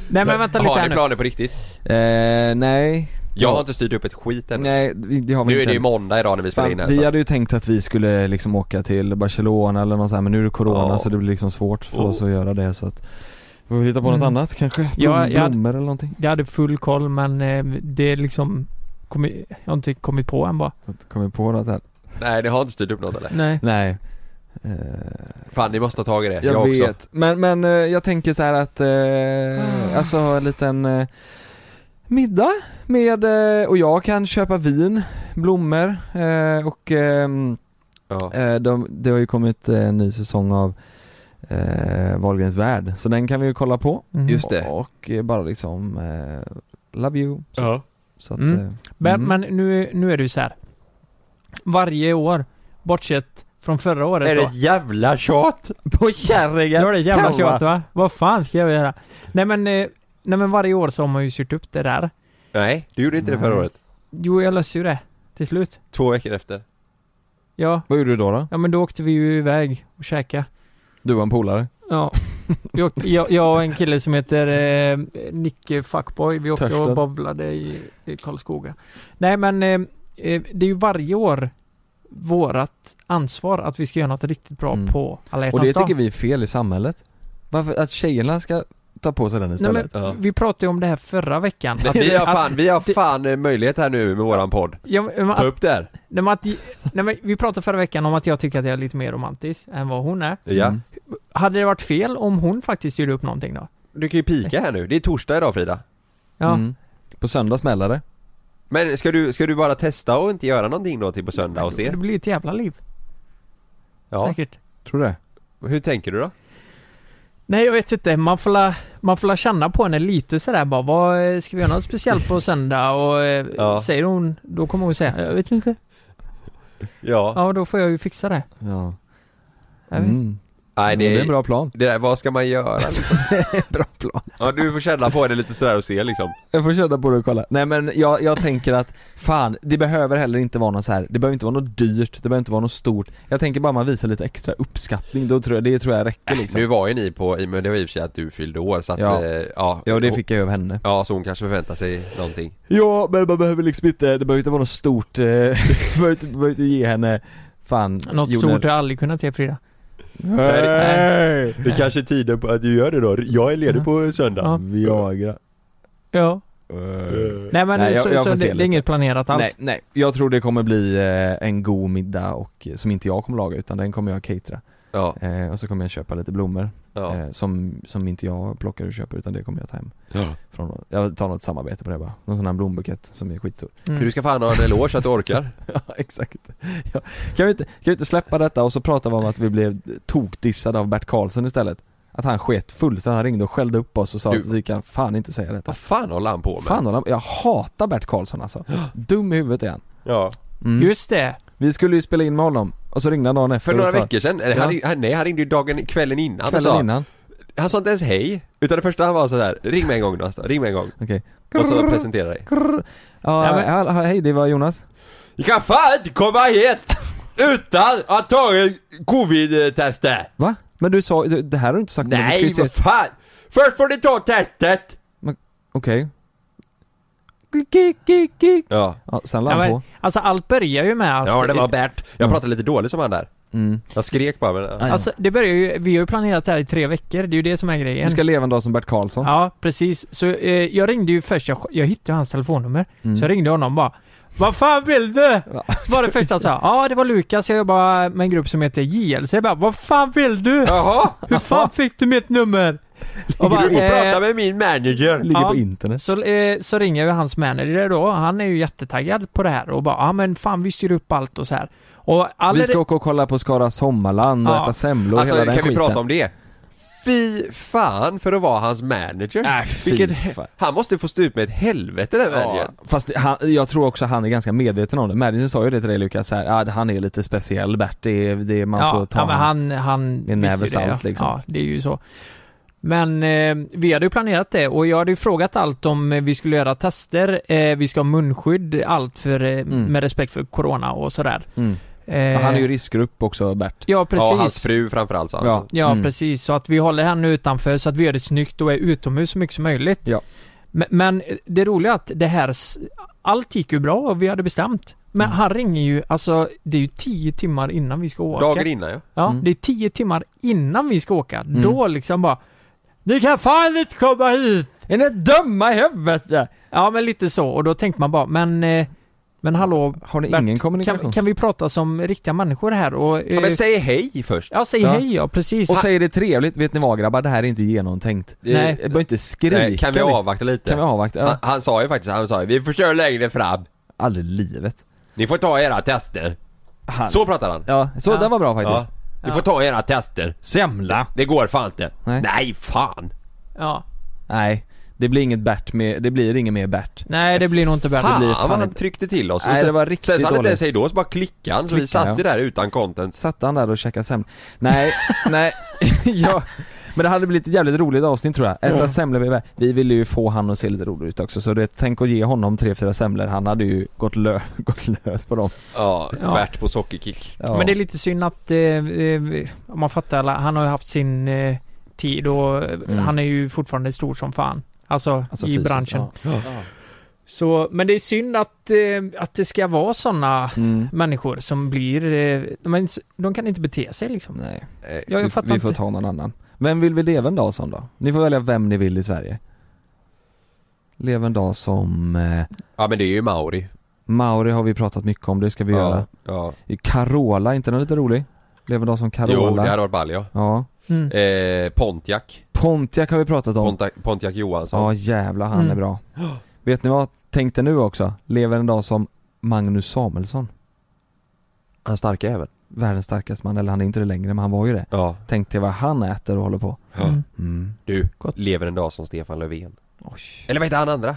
S7: Nej men vänta lite
S6: Har
S7: här
S6: ni
S7: nu.
S6: planer på riktigt?
S5: Eh, nej.
S6: Jag har inte styrt upp ett skit än.
S5: Nej, vi- det har vi
S6: Nu
S5: inte.
S6: är det ju måndag idag när vi spelar
S5: Fan,
S6: in här.
S5: vi
S6: så-
S5: hade ju tänkt att vi skulle liksom åka till Barcelona eller något sånt här, men nu är det Corona
S6: Ja.
S5: så det blir liksom svårt för
S6: Oh.
S5: oss att göra det så att vi får hitta på något
S7: Mm.
S5: annat kanske? Blom,
S7: Ja, jag-
S5: Blommor eller någonting?
S7: Jag hade full koll men eh, det är liksom, kommit- jag har inte kommit på än bara.
S5: Kommer på något här?
S6: Nej, ni har inte styrt upp något eller?
S7: Nej.
S5: Nej Eh,
S6: Fan, ni måste ha tagit det. Jag,
S5: Jag,
S6: också.
S5: vet, men, men eh, jag tänker så här att, eh, alltså en liten eh, middag med, eh, och jag kan köpa vin, blommor eh, och ehm, eh, de, det har ju kommit eh, en ny säsong av eh, Wahlgrens värld, så den kan vi ju kolla på.
S7: Mm. Just
S5: det. Och eh, bara liksom, eh, love you. Så,
S7: Ja.
S5: så att,
S7: Mm.
S5: eh,
S7: Men,
S5: mm.
S7: men nu, nu är det ju så här. Varje år, bortsett från förra året
S6: Är
S7: då,
S6: det jävla tjat?
S5: På kärringen!
S7: Då är det jävla
S6: Hemma.
S7: tjat va? Vad fan ska jag göra? Nej men, eh, nej men varje år så har man ju kört upp det där.
S6: Nej, du gjorde inte det förra året.
S7: Jo, jag löste ju det till slut.
S6: Två veckor efter.
S7: Ja,
S5: Vad gjorde du då? då?
S7: ja men då åkte vi ju iväg och käkade.
S5: Du var en polare?
S7: Ja. Vi åkte, jag, jag och en kille som heter eh, Nicke Fuckboy, vi åkte
S5: Törsten.
S7: och bowlade i, i Karlskoga. Nej men, eh, eh, det är ju varje år vårat ansvar att vi ska göra något riktigt bra
S5: Mm.
S7: på alla
S5: Och
S7: hjärtans
S5: det
S7: dag.
S5: tycker vi är fel i samhället. Varför, att tjejerna ska ta på sig den
S7: Nej,
S5: istället?
S7: men, Vi pratade ju om det här förra veckan.
S6: Men
S7: Att-
S6: vi har
S7: att-
S6: fan, vi har fan eh, möjlighet här nu med våran podd.
S7: Ja, men,
S6: Ta
S7: att,
S6: upp det här.
S7: nej, men att, nej, men vi pratade förra veckan om att jag tycker att jag är lite mer romantisk än vad hon är.
S6: Ja.
S7: Hade det varit fel om hon faktiskt gjorde upp någonting då?
S6: Du kan ju pika här nu. Det är torsdag idag Frida.
S7: Ja.
S5: Mm. På söndag smäller det.
S6: Men ska du, ska du bara testa och inte göra någonting då till på söndag och se?
S7: Det blir ett jävla liv,
S6: Ja.
S7: säkert.
S5: Tror du det?
S6: Hur tänker du då?
S7: Nej jag vet inte, man får la, man får la känna på henne lite sådär bara, vad, eh, ska vi göra något speciellt på söndag? Och eh,
S6: Ja.
S7: säger hon, då kommer hon säga, jag vet inte.
S6: Ja.
S7: Ja, då får jag ju fixa det.
S5: Ja.
S7: Jag vet.
S5: Mm.
S6: Nej,
S5: det är en bra plan.
S6: Det där, vad ska man göra liksom?
S5: bra plan.
S6: Ja, du får känna på det lite sådär och se liksom.
S5: Jag får köra på det och kolla. Nej men jag, jag tänker att, fan, det behöver heller inte vara något så här. det behöver inte vara något dyrt, det behöver inte vara något stort. Jag tänker bara man visar lite extra uppskattning, då tror jag, det tror jag räcker liksom.
S6: Nu var ju ni på, men det var i och för sig att du fyllde år så att,
S5: Ja.
S6: eh, ja.
S5: Ja, och det fick jag ju av henne.
S6: Ja, så hon kanske förväntar sig någonting.
S5: Ja, men man behöver liksom inte, det behöver inte vara något stort, eh, det behöver inte, behöver inte ge henne, fan,
S7: Något
S5: Jonas-
S7: stort har jag aldrig kunnat ge Frida.
S5: Nej, det-
S6: Det kanske är tiden på att du gör det då. Jag är ledig på söndag.
S7: Ja.
S5: Viagra.
S7: Ja. Nej men
S5: Nej, jag-
S7: så,
S5: jag
S7: så
S5: får
S7: det,
S5: se
S7: det är
S5: lite.
S7: inget planerat alls.
S5: Eh, Nej, nej, jag tror det kommer bli eh, en god middag och, eh, som inte jag kommer laga utan den kommer jag catera
S6: Ja.
S5: eh, Och så kommer jag köpa lite blommor
S6: Ja.
S5: eh, som, som inte jag plockar och köper utan det kommer jag ta hem
S6: Ja.
S5: från, Jag tar något samarbete på det bara, någon sån här blombukett som är skitstor
S7: Mm.
S6: Du ska fan ha en eloge att du orkar.
S5: Ja exakt ja. Kan, vi inte, kan vi inte släppa detta och så pratar vi om att vi blev tokdissade av Bert Karlsson istället? Att han sket fullt, han ringde och skällde upp oss och sa
S6: Du-
S5: att vi kan fan inte säga detta
S6: Vad fan håller han på med?
S5: Fan håller han- jag hatar Bert Karlsson alltså, dum i huvudet är han
S6: Ja.
S5: Mm.
S7: Just det.
S5: Vi skulle ju spela in med honom, och så ringde han dagen efter
S6: För några
S5: och sa,
S6: veckor sedan, eller han,
S5: Ja.
S6: ring- han, nej han ringde ju dagen, kvällen innan och
S5: kvällen
S6: sa,
S5: innan,
S6: Han sa inte ens hej, utan det första han var sådär, ring mig en gång då alltså, ring mig en gång.
S5: okej
S6: Och så presentera dig.
S5: ja,
S7: Ja, men-
S5: hall- hall- hej det var Jonas
S6: Du kan fan inte komma hit utan att ha tagit covid-testet!
S5: Va? Men du sa, du- det här har du inte sagt nu, vi ska ju
S6: Nej,
S5: se-
S6: vad fan! Först får du ta testet!
S5: Okej Kik, kik, kik, kik.
S6: Ja,
S5: Ja, sen la
S7: Ja,
S5: han
S7: men,
S5: på
S7: alltså allt börjar ju med att...
S6: ja det var Bert. Jag pratade lite dåligt som han där.
S5: mm.
S6: Jag skrek bara men... ja.
S7: Alltså det börjar ju, vi har ju planerat det här i tre veckor, det är ju det som är grejen.
S5: Du ska leva en dag som Bert Karlsson
S7: Ja, precis. Så eh, jag ringde ju först, jag, jag hittade hans telefonnummer. Så jag ringde honom bara. Vad fan vill du? Var det första han sa. Ja, det var Lukas, jag jobbar med en grupp som heter JLC. Jag bara, vad fan vill du?
S6: Jaha!
S7: Hur fan fick du mitt nummer? Och bara,
S6: Du får prata
S7: eh,
S6: med min manager!
S5: Ligger
S7: Ja.
S5: på internet
S7: så, eh, så ringer ju hans manager då, han är ju jättetaggad på det här och bara, ja men fan vi styr upp allt och så här. Och all
S5: Vi ska åka och kolla på Skara Sommarland och
S7: Ja.
S5: äta semlor och
S6: Alltså
S5: hela
S6: kan
S5: den
S6: vi
S5: skiten
S6: prata om det? Fy fan för att vara hans manager!
S5: Äh, fy
S6: Vilket,
S5: fan.
S6: han måste få stå ut med ett helvete den
S5: Ja,
S6: managern!
S5: fast det- han, jag tror också han är ganska medveten om det. Managern sa ju det till dig Lukas, så här, ah, han är lite speciell Bert, det är, det är man
S7: ja,
S5: får ta
S7: ja, men
S5: han,
S7: han, han
S5: med
S7: visste ju
S5: näve
S7: det,
S5: salt,
S7: ja.
S5: liksom.
S7: ja, det är ju så. Men eh, vi hade ju planerat det och jag hade ju frågat allt om eh, vi skulle göra tester, eh, vi ska ha munskydd, allt för, eh, med respekt för corona och sådär.
S5: mm.
S7: Eh,
S5: Och Mm. han är ju riskgrupp också Bert.
S7: Ja, precis.
S6: Ja, och hans fru framförallt sa han.
S5: Ja.
S7: Ja,
S5: Mm.
S7: precis. Så att vi håller henne utanför så att vi gör det snyggt och är utomhus så mycket som möjligt.
S5: Ja.
S7: Men, men det roliga är att det här, s- allt gick ju bra och vi hade bestämt. Men
S5: Mm.
S7: han ringer ju, alltså det är ju tio timmar innan vi ska åka.
S6: Dagen innan ja.
S7: Ja,
S5: Mm.
S7: det är tio timmar innan vi ska åka. Då liksom bara Ni kan fan inte komma hit!
S5: Är ni dumma i huvudet?
S7: Ja men lite så och då tänkte man bara men eh, Men hallå Har ni
S5: ingen kommunikation?
S7: Kan, kan vi prata som riktiga människor här och... eh,
S5: Ja, men säg hej först.
S7: Ja, säg hej ja, precis.
S5: Och säg det trevligt, vet ni vad grabbar, det här är inte genomtänkt.
S7: Nej.
S5: Jag behöver inte skrika.
S6: Nej, kan vi avvakta lite?
S5: Kan vi avvakta?
S6: han,
S5: Ja.
S6: han sa ju faktiskt, han sa ju, vi får köra längre fram.
S5: Aldrig livet.
S6: Ni får ta era tester.
S5: Han-
S6: Så pratar han.
S5: Ja, så det var bra faktiskt.
S6: Ni får ta era tester.
S5: Semla.
S6: Det går fan inte.
S5: Nej.
S6: Nej, fan.
S7: Ja.
S5: Nej, det blir inget Bert med, det blir inget mer Bert.
S7: Nej det blir nog inte värt
S5: det blir
S6: Fan vad
S5: fan
S6: han
S5: inte.
S6: tryckte till oss. Och
S5: Nej,
S6: sen-
S5: det var riktigt
S6: Sen sa han inte ens
S5: dåligt.
S6: hej då, så bara klickade han. Så vi
S5: Klickade,
S6: satt ju
S5: ja.
S6: där utan content.
S5: Satt han där och käkade semla? Nej, nej, ja. Men det hade blivit ett jävligt roligt avsnitt tror jag. Äta
S6: Ja.
S5: semlor bredvid. Vi ville ju få han att se lite rolig ut också så det, tänk att ge honom tre, fyra semlor. Han hade ju gått, lö, gått lös på dem.
S6: Ja,
S7: Ja.
S6: värt på sockerkick.
S5: Ja.
S7: Men det är lite synd att, eh, eh, om man fattar, alla- han har ju haft sin eh, tid och eh,
S5: Mm.
S7: han är ju fortfarande stor som fan. Alltså,
S5: Alltså
S7: i
S5: fysiskt,
S7: branschen.
S5: ja. Ja.
S7: Så, men det är synd att, eh, att det ska vara sådana
S5: Mm.
S7: människor som blir, eh, men de kan inte bete sig liksom.
S5: Nej.
S7: Jag,
S5: vi,
S7: jag fattar
S5: vi får
S7: inte.
S5: ta någon annan. Vem vill vi leva en dag som då? Ni får välja vem ni vill i Sverige. Lev en dag som eh,
S6: Ja men det är ju Mauri.
S5: Mauri har vi pratat mycket om, det ska vi
S6: Ja,
S5: göra.
S6: ja.
S5: Carola, inte den lite rolig? Lev en dag som Carola.
S6: Jo, det hade varit ball ja.
S5: Ja.
S7: Mm.
S6: Eh, Pontiac.
S5: Pontiac har vi pratat om.
S6: Pontiac, Pontiac Johansson.
S5: Ja jävlar han
S6: Mm.
S5: är bra. Vet ni vad, tänkte nu också, lever en dag som Magnus Samuelsson.
S6: Han starka även.
S5: Världens starkaste man, eller han är inte det längre men han var ju det.
S6: Ja.
S5: Tänk dig vad han äter och håller på.
S6: Ja.
S5: Mm.
S6: Du, lever en dag som Stefan Löfven.
S5: Oj.
S6: Eller vad heter han andra?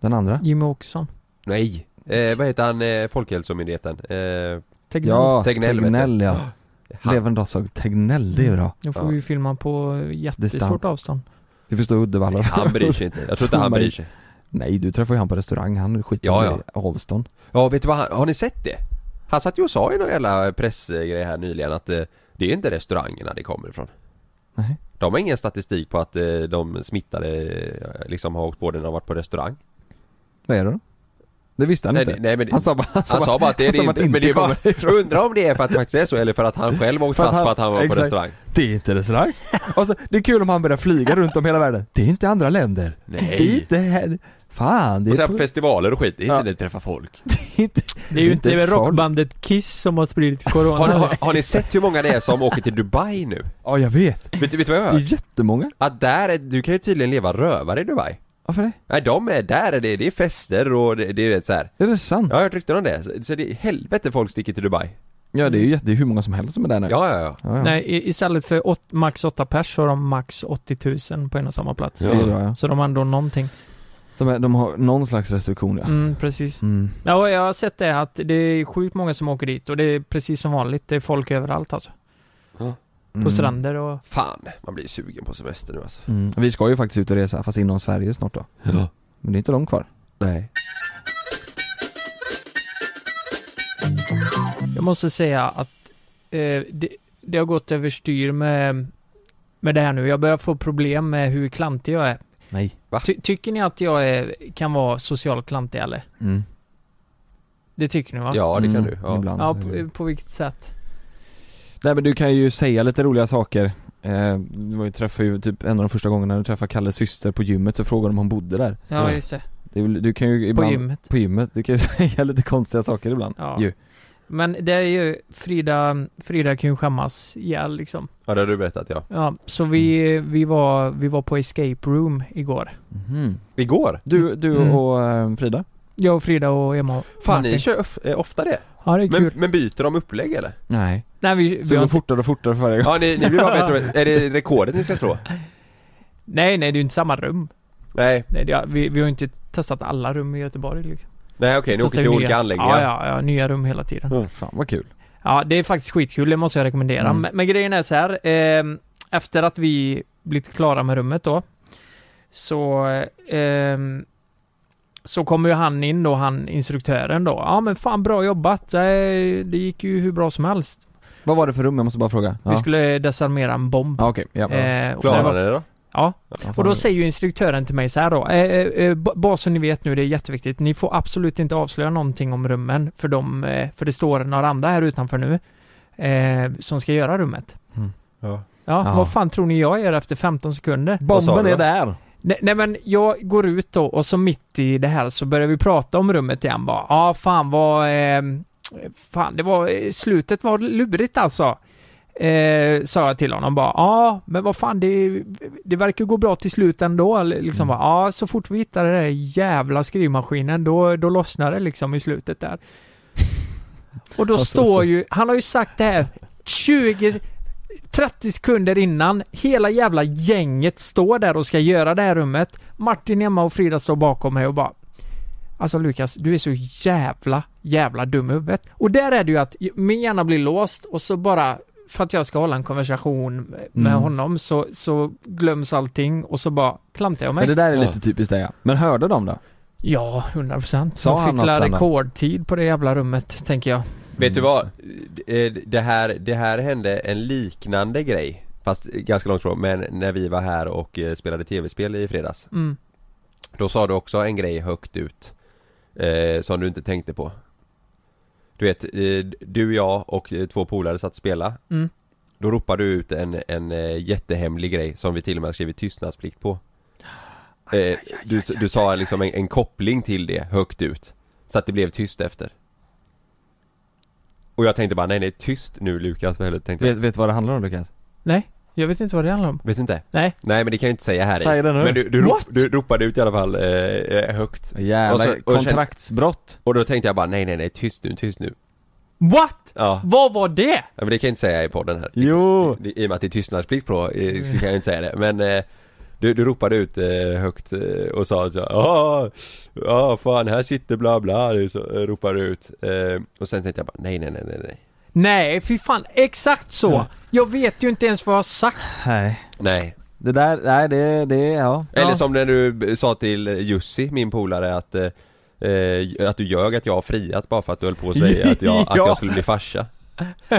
S5: Den andra?
S7: Jimmy Åkesson.
S6: Nej. Eh, vad heter han, eh, Folkhälsomyndigheten? Eh,
S7: Tegnell.
S5: Ja,
S6: Tegnell, vet
S5: Tegnell
S6: du.
S5: ja. Lever en dag som Tegnell,
S6: Mm.
S5: det är bra.
S7: Nu får vi ju filma på jättestort
S5: Distans.
S7: avstånd.
S5: Vi förstår Uddevalla.
S6: Han bryr sig inte. Jag tror inte han bryr sig.
S5: Nej, du träffar ju han på restaurang, han skiter
S6: Ja,
S5: i
S6: ja.
S5: avstånd.
S6: Ja, vet du vad han, har ni sett det? Han satt ju och sa i någon jävla pressgrej här nyligen att eh, det är inte restaurangerna det kommer ifrån.
S5: Nej.
S6: De har ingen statistik på att eh, de smittade eh, liksom har åkt på det när de varit på restaurang.
S5: Vad är det då? Det visste han
S6: nej,
S5: inte.
S6: nej, nej, men det,
S5: han sa bara, han sa bara,
S6: bara att det är
S5: han sa
S6: det
S5: bara
S6: inte, men det är bara, undrar om det är för att det faktiskt är så eller för att han själv åkt
S5: För att
S6: fast
S5: han-
S6: för att han var
S5: exakt.
S6: på restaurang.
S5: Det är inte restaurang. Och så, det är kul om han börjar flyga runt om hela världen. Det är inte andra länder.
S6: Nej.
S5: Det är inte här. Fan, det
S6: Och
S5: är,
S6: sen
S5: på,
S6: festivaler och skit, det är inte när du träffar folk.
S7: Det är ju
S5: inte
S7: inte,
S5: folk.
S7: rockbandet Kiss som har spridit corona.
S6: Har, har, har ni sett hur många det är som åker till Dubai nu?
S5: Ja, jag vet.
S6: Vet, du- vet du vad jag
S5: Det
S6: har
S5: är
S6: hört?
S5: jättemånga.
S6: Att där, är, du kan ju tydligen leva rövare i Dubai.
S5: Varför det?
S6: Nej, de är, där är det, det är fester och det, det är så här.
S5: Är det sant?
S6: Jag har hört rykten om det, så- så det är helvete folk sticker till Dubai.
S5: Ja, det är ju jätte, det är hur många som helst som är där nu.
S6: Ja, ja, ja.
S5: ja, ja.
S7: Nej, i- istället för åt, max 8 pers så har de max 80 000 på en och samma plats.
S5: Ja, det är bra, ja.
S7: Så de har ändå någonting.
S5: De, är, de har någon slags restriktion ja.
S7: Mm, precis.
S5: Mm.
S7: Ja, jag har sett det att det är sjukt många som åker dit och det är precis som vanligt. Det är folk överallt alltså. På stränder och...
S6: Fan, man blir sugen på semester nu alltså.
S5: Mm. Vi ska ju faktiskt ut och resa, fast inom Sverige snart då.
S6: Ja.
S5: Men det är inte långt kvar.
S6: Nej.
S7: Jag måste säga att eh, det, det har gått överstyr med, med det här nu. Jag börjar få problem med hur klantig jag är.
S5: Nej.
S7: Ty, tycker ni att jag är, kan vara socialt klantig eller?
S5: Mm.
S7: Det tycker ni va?
S6: Ja, det kan
S5: Mm,
S6: du. Ja.
S5: ibland.
S7: Ja, på, på vilket sätt?
S5: Nej men du kan ju säga lite roliga saker. Eh, du var ju träffade ju typ en av de första gångerna du träffade Kalles syster på gymmet och frågade om hon bodde där.
S7: Ja, just det.
S5: Det är väl- du kan ju ibland,
S7: gymmet.
S5: På gymmet, du kan ju säga lite konstiga saker ibland
S7: Ja.
S5: ju.
S7: Men det är ju, Frida, Frida kan ju skämmas ihjäl liksom.
S6: Ja, det har du berättat ja.
S7: Ja, så vi,
S6: Mm.
S7: vi, var, vi var på escape room igår.
S5: Mhm.
S6: Igår?
S5: Du, du
S7: Mm.
S5: och eh, Frida?
S7: Jag och Frida och Emma och
S6: Fan,
S7: Martin.
S6: ni kör of- eh, ofta det?
S7: Ja, det är
S6: Men,
S7: kul.
S6: men byter de upplägg eller?
S5: Nej
S7: Nej, vi,
S5: Så
S7: vi
S5: det
S7: har
S5: går
S7: inte,
S5: fortare och fortare för varje gång?
S6: Ja, ni, ni blir bara bättre och bättre. Är det rekordet ni ska slå?
S7: nej, nej, det är ju inte samma rum.
S6: Nej,
S7: Nej, det, vi, vi har ju inte testat alla rum i Göteborg liksom.
S6: nej okej, ni åker
S7: Testar
S6: till
S7: ju
S6: olika
S7: nya.
S6: anläggningar.
S7: Ja, ja, ja, nya rum hela tiden.
S5: Oh, Fan vad kul
S7: Ja, det är faktiskt skitkul, det måste jag rekommendera.
S5: Mm.
S7: Men, men grejen är så här, ehm, efter att vi blivit klara med rummet då, så, ehm, så kommer ju han in då, han instruktören då. Ja men fan bra jobbat, det, det gick ju hur bra som helst.
S5: Vad var det för rum? Jag måste bara fråga ja.
S7: Vi skulle desarmera en bomb.
S5: Ja okej, ja,
S7: Eh, och sen
S6: Klarar
S7: var-
S6: ni det då?
S7: Ja,
S5: ja.
S7: och då säger ju instruktören till mig så här då. Eh, eh, eh, ba- bara så ni vet nu, det är jätteviktigt. Ni får absolut inte avslöja någonting om rummen för de, eh, för det står några andra här utanför nu eh, som ska göra rummet.
S5: Mm.
S6: Ja.
S7: Ja,
S5: Ja.
S7: vad fan tror ni jag gör efter 15 sekunder?
S6: sa
S5: Bomben
S6: du
S5: är
S6: då?
S5: där!
S7: Nej, nej men jag går ut då och så mitt i det här så börjar vi prata om rummet igen bara. Ja ah, fan vad... Eh, fan det var... eh, Slutet var lurigt alltså. Eh, sa jag till honom bara. Ja ah, men vad fan det, det verkar gå bra till slut ändå. eller Liksom
S9: Mm.
S7: bara, ja ah, så fort vi hittade den där jävla skrivmaskinen då, då lossnade det liksom i slutet där. Och då
S9: Alltså,
S7: står
S9: så-
S7: ju... Han har ju sagt det här 20... 30 sekunder innan, hela jävla gänget står där och ska göra det här rummet. Martin, Emma och Frida står bakom mig och bara Alltså Lukas, du är så jävla, jävla dum i huvudet. Och där är det ju att min hjärna blir låst och så bara för att jag ska hålla en konversation med
S5: Mm.
S7: honom så, så glöms allting och så bara klantar jag mig.
S5: Men det där är lite typiskt det ja. Men hörde de då?
S7: Ja, 100 procent.
S5: Sa
S7: De
S5: han
S7: fick
S5: något
S7: la
S5: sen då?
S7: rekordtid på det jävla rummet, tänker jag.
S6: Vet du vad? Eh, Det här, det här hände en liknande grej Fast ganska långt ifrån, men när vi var här och eh, spelade tv-spel i fredags
S7: Mm.
S6: Då sa du också en grej högt ut eh, Som du inte tänkte på Du vet, eh, du, jag och eh, två polare satt och spela
S7: Mm.
S6: Då ropade du ut en, en eh, jättehemlig grej som vi till och med har skrivit tystnadsplikt på eh, du, du sa liksom en, en koppling till det högt ut Så att det blev tyst efter och jag tänkte bara nej nej tyst nu Lukas vad helvete tänkte jag
S5: Vet, vet du vad det handlar om Lukas?
S7: Nej, jag vet inte vad det handlar om.
S6: Vet inte?
S7: Nej.
S6: Nej men det kan jag inte säga här i.
S5: Säg det nu.
S6: Men du, du, rop,
S5: What?
S6: du ropade ut i alla fall eh, eh, högt
S5: Jävla kontraktsbrott
S6: Och då tänkte jag bara nej nej nej tyst nu, tyst nu
S7: What?
S6: Ja,
S7: Vad var det?
S6: ja men det kan jag inte säga i podden här
S5: Jo!
S6: I, i och med att det är tystnadsplikt på eh, så kan jag inte säga det men eh, du, du ropade ut eh, högt eh, och sa så ja ja fan här sitter bla bla det är så, eh, ropade du ut eh, Och sen tänkte jag bara nej nej nej nej nej
S7: Nej, fy fan. Exakt så.
S6: Ja.
S7: Jag vet ju inte ens vad jag har sagt.
S5: Nej
S6: Nej
S5: Det där, nej det, det, ja
S6: Eller
S5: Ja.
S6: som när du b- sa till Jussi, min polare, att eh, eh, att du ljög att jag har friat bara för att du höll på att säga att jag, att
S5: Ja.
S6: jag skulle bli farsa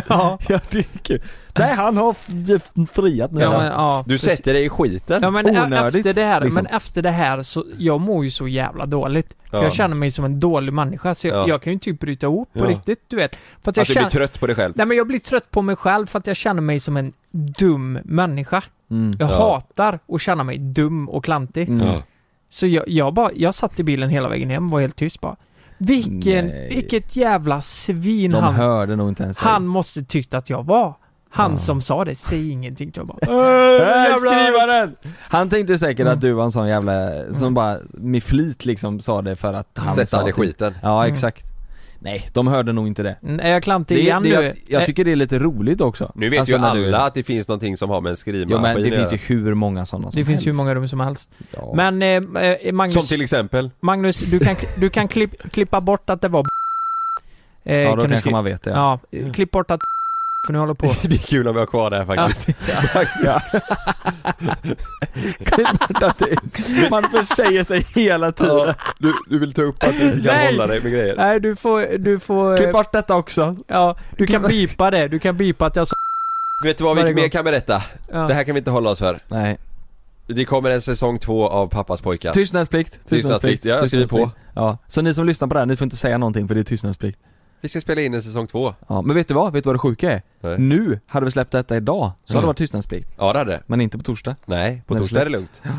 S7: Ja.
S5: ja, det är kul. Nej, han har f- friat nu.
S7: Ja, men, ja,
S6: Du
S7: precis.
S6: sätter dig i skiten
S7: Ja men e- efter det här,
S6: liksom.
S7: men efter det här så, jag mår ju så jävla dåligt.
S6: Ja.
S7: Jag känner mig som en dålig människa så jag,
S6: Ja.
S7: jag kan ju typ bryta ihop på
S6: Ja.
S7: riktigt, du vet. För
S6: Att du blir trött på dig själv.
S7: Nej men jag blir trött på mig själv för att jag känner mig som en dum människa.
S5: Mm.
S7: Jag
S5: Ja.
S7: hatar att känna mig dum och klantig.
S5: Mm. Ja.
S7: Så jag, jag bara, jag satt i bilen hela vägen hem och var helt tyst bara. Vilken, vilket jävla svin
S5: De
S7: han
S5: hörde nog inte ens dig.
S7: han måste tyckt att jag var. Han som sa det, säg ingenting till honom.
S5: Äh,
S7: jävla-
S5: skrivaren! Han tänkte säkert att du var en sån jävla, som bara med flit liksom sa det för att han
S6: Sätta
S5: sa
S6: han i
S5: typ-
S6: skiten.
S5: Ja
S6: Mm.
S5: exakt Nej, de hörde nog inte det
S7: Nej, Mm, jag klantig
S5: Det-
S7: igen
S5: det,
S7: nu.
S5: jag, jag tycker det är lite roligt också
S6: Nu vet
S5: Alltså
S6: ju
S5: när du-
S6: alla att det finns någonting som har med en
S5: Jo
S6: skrivmaskin
S5: men det
S6: att
S5: finns ju
S6: göra.
S5: hur många sådana som
S7: Eh, Det finns
S5: helst.
S7: hur många rum som helst.
S5: Ja.
S7: Men eh, eh, Magnus...
S6: Som till exempel?
S7: Magnus, du kan, du kan klipp, klippa bort att det var eh,
S6: Ja, då
S7: kan du
S6: kanske
S7: skri-
S6: man vet det,
S7: Ja,
S6: ja.
S7: eh, klipp bort att för nu håller på.
S6: Det är kul om vi har kvar det här faktiskt Ja.
S5: Man försäger sig hela tiden
S6: du, du vill ta upp att du inte kan
S7: Nej.
S6: hålla dig med grejer
S7: Nej, du får... Du får eh,
S6: Klipp bort
S5: detta också.
S7: Ja, du kan bipa det. Du kan bipa att jag sa...
S6: Vet du vad
S7: Varje
S6: vi mer
S7: gång.
S6: kan berätta?
S7: Ja.
S6: Det här kan vi inte hålla oss för
S5: Nej
S6: Det kommer en säsong två av Pappas pojkar
S5: Tystnadsplikt,
S6: Tystnadsplikt, ja jag skriver på
S5: tystnadsplikt. Ja, så ni som lyssnar på det här, ni får inte säga någonting för det är tystnadsplikt
S6: Vi ska spela in en säsong två
S5: Ja, men vet du vad? Vet du vad det sjuka är?
S6: Nej.
S5: Nu, hade vi släppt detta idag, så hade det
S6: Mm.
S5: varit tystnadsplikt
S6: Ja det hade det
S5: Men inte på torsdag
S6: Nej, på
S5: När det
S6: torsdag är det
S5: släpps.
S6: lugnt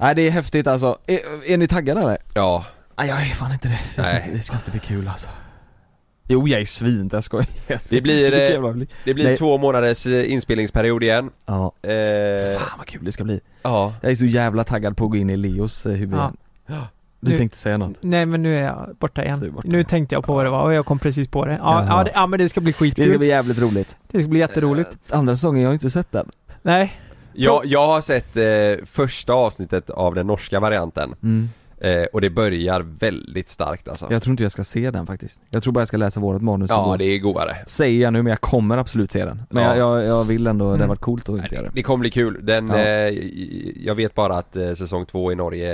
S5: Nej det är häftigt alltså. Är, är ni taggade eller?
S6: Ja
S5: Nej jag är fan inte det. Det ska,
S6: Nej.
S5: inte, det ska inte bli kul alltså. Jo jag är svint, jag skojar. Jag ska
S6: Det blir,
S5: inte bli kul,
S6: eh,
S5: vad
S6: det blir
S5: Nej.
S6: två månaders eh, inspelningsperiod igen
S5: Ja
S6: eh,
S5: Fan vad kul det ska bli.
S6: Ja
S5: Jag är så jävla taggad på att gå in i Leos eh, huvud
S7: Ja.
S5: igen. Du
S7: Nu-
S5: tänkte säga något?
S7: Nej men nu är jag borta igen. Nu tänkte jag på vad det var och jag kom precis på det. Ja,
S5: Jaha.
S7: ja, det, ja men det ska bli skitkul.
S5: Det ska bli jävligt roligt. Eh,
S7: Det ska bli jätteroligt.
S5: Andra säsongen, jag har ju inte sett den.
S7: Nej.
S6: Jag, jag har sett eh, första avsnittet av den norska varianten
S5: Mm.
S6: eh, Och det börjar väldigt starkt alltså
S5: Jag tror inte jag ska se den faktiskt. Jag tror bara jag ska läsa vårt manus och
S6: Ja
S5: gå.
S6: det är godare
S5: Säger jag nu men jag kommer absolut se den. Men
S6: Ja.
S5: jag, jag, jag vill ändå, det har varit coolt att inte göra Mm. det.
S6: Det kommer bli kul, den,
S5: Ja.
S6: eh, jag vet bara att eh, säsong två i Norge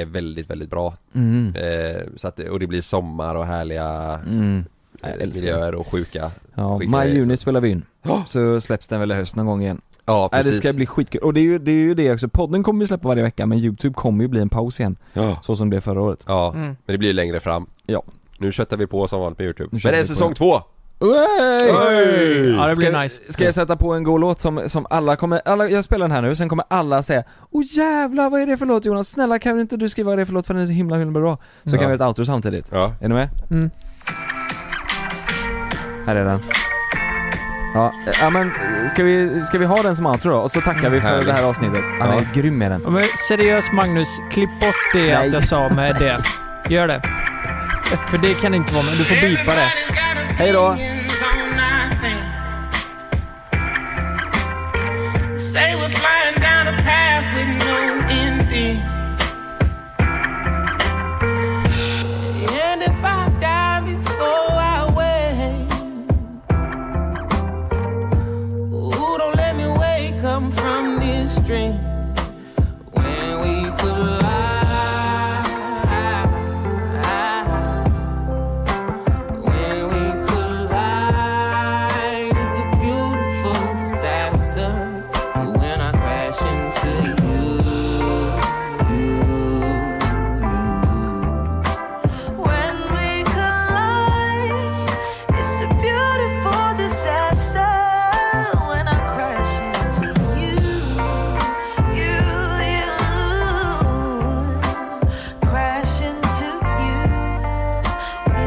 S6: är väldigt, väldigt bra
S5: Mm.
S6: eh, så att, det- Och det blir sommar och härliga
S5: Mm. Jag
S6: eh,
S5: älskar
S6: miljöer och sjuka
S5: Ja,
S6: sjuka
S5: maj,
S6: grejer,
S5: juni
S6: så-
S5: spelar vi in. Så släpps den väl i höst någon gång igen.
S6: Ja,
S5: Nej, det
S6: precis.
S5: ska bli skitkul. Och det är, ju, det är ju det också, podden kommer ju släppa varje vecka men youtube kommer ju bli en paus igen. Så som det blev förra året.
S6: Ja,
S5: Mm.
S6: men det blir längre fram
S5: Ja
S6: Nu köttar vi på som vanligt med Youtube
S5: Nu
S6: Men
S5: köttar
S6: det är
S5: vi på,
S6: säsong
S5: ja.
S6: två!
S5: Oj!
S10: Ja, det blir
S5: ska,
S10: nice.
S5: Ska jag sätta på en god låt som, som alla kommer, alla, jag spelar den här nu, sen kommer alla säga Åh jävlar vad är det för låt Jonas? Snälla kan inte du skriva vad det är för låt för den är så himla himla bra? Så
S10: Mm.
S5: kan vi göra ett outro samtidigt. Är ni med?
S10: Mm.
S5: Här är den. Ja, ja men ska vi, ska vi ha den som outro då? Och så tackar vi för
S10: Härligt.
S5: det här avsnittet. Han
S10: Ja.
S5: är grym med den.
S10: Ja, Men seriöst Magnus, klipp bort det att jag sa med det. Gör det. För det kan inte vara med. Du får bipa det.
S5: Hej då!
S7: Say we're flying down a path with no ending. And if I die before I wake, ooh, don't let me wake up from this dream. When we collide, when we collide, it's a beautiful disaster when I crash into you, you, you. When we collide, it's a beautiful disaster. When I crash into you, you, you, crash into you, you, you.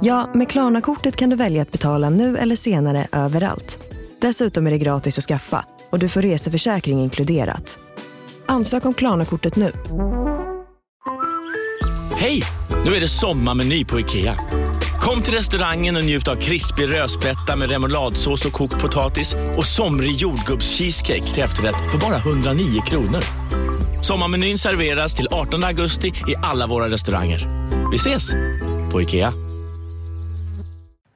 S1: Ja, med Klarna-kortet kan du välja att betala nu eller senare överallt. Dessutom är det gratis att skaffa och du får reseförsäkring inkluderat. Ansök om Klarna-kortet nu.
S11: Hej! Nu är det sommarmeny på IKEA. Kom till restaurangen och njut av krispig rödspätta med remouladsås och kokt potatis och somrig jordgubbscheesecake till efterrätt för bara 109 kronor. Sommarmenyn serveras till 18 augusti i alla våra restauranger. Vi ses! På IKEA.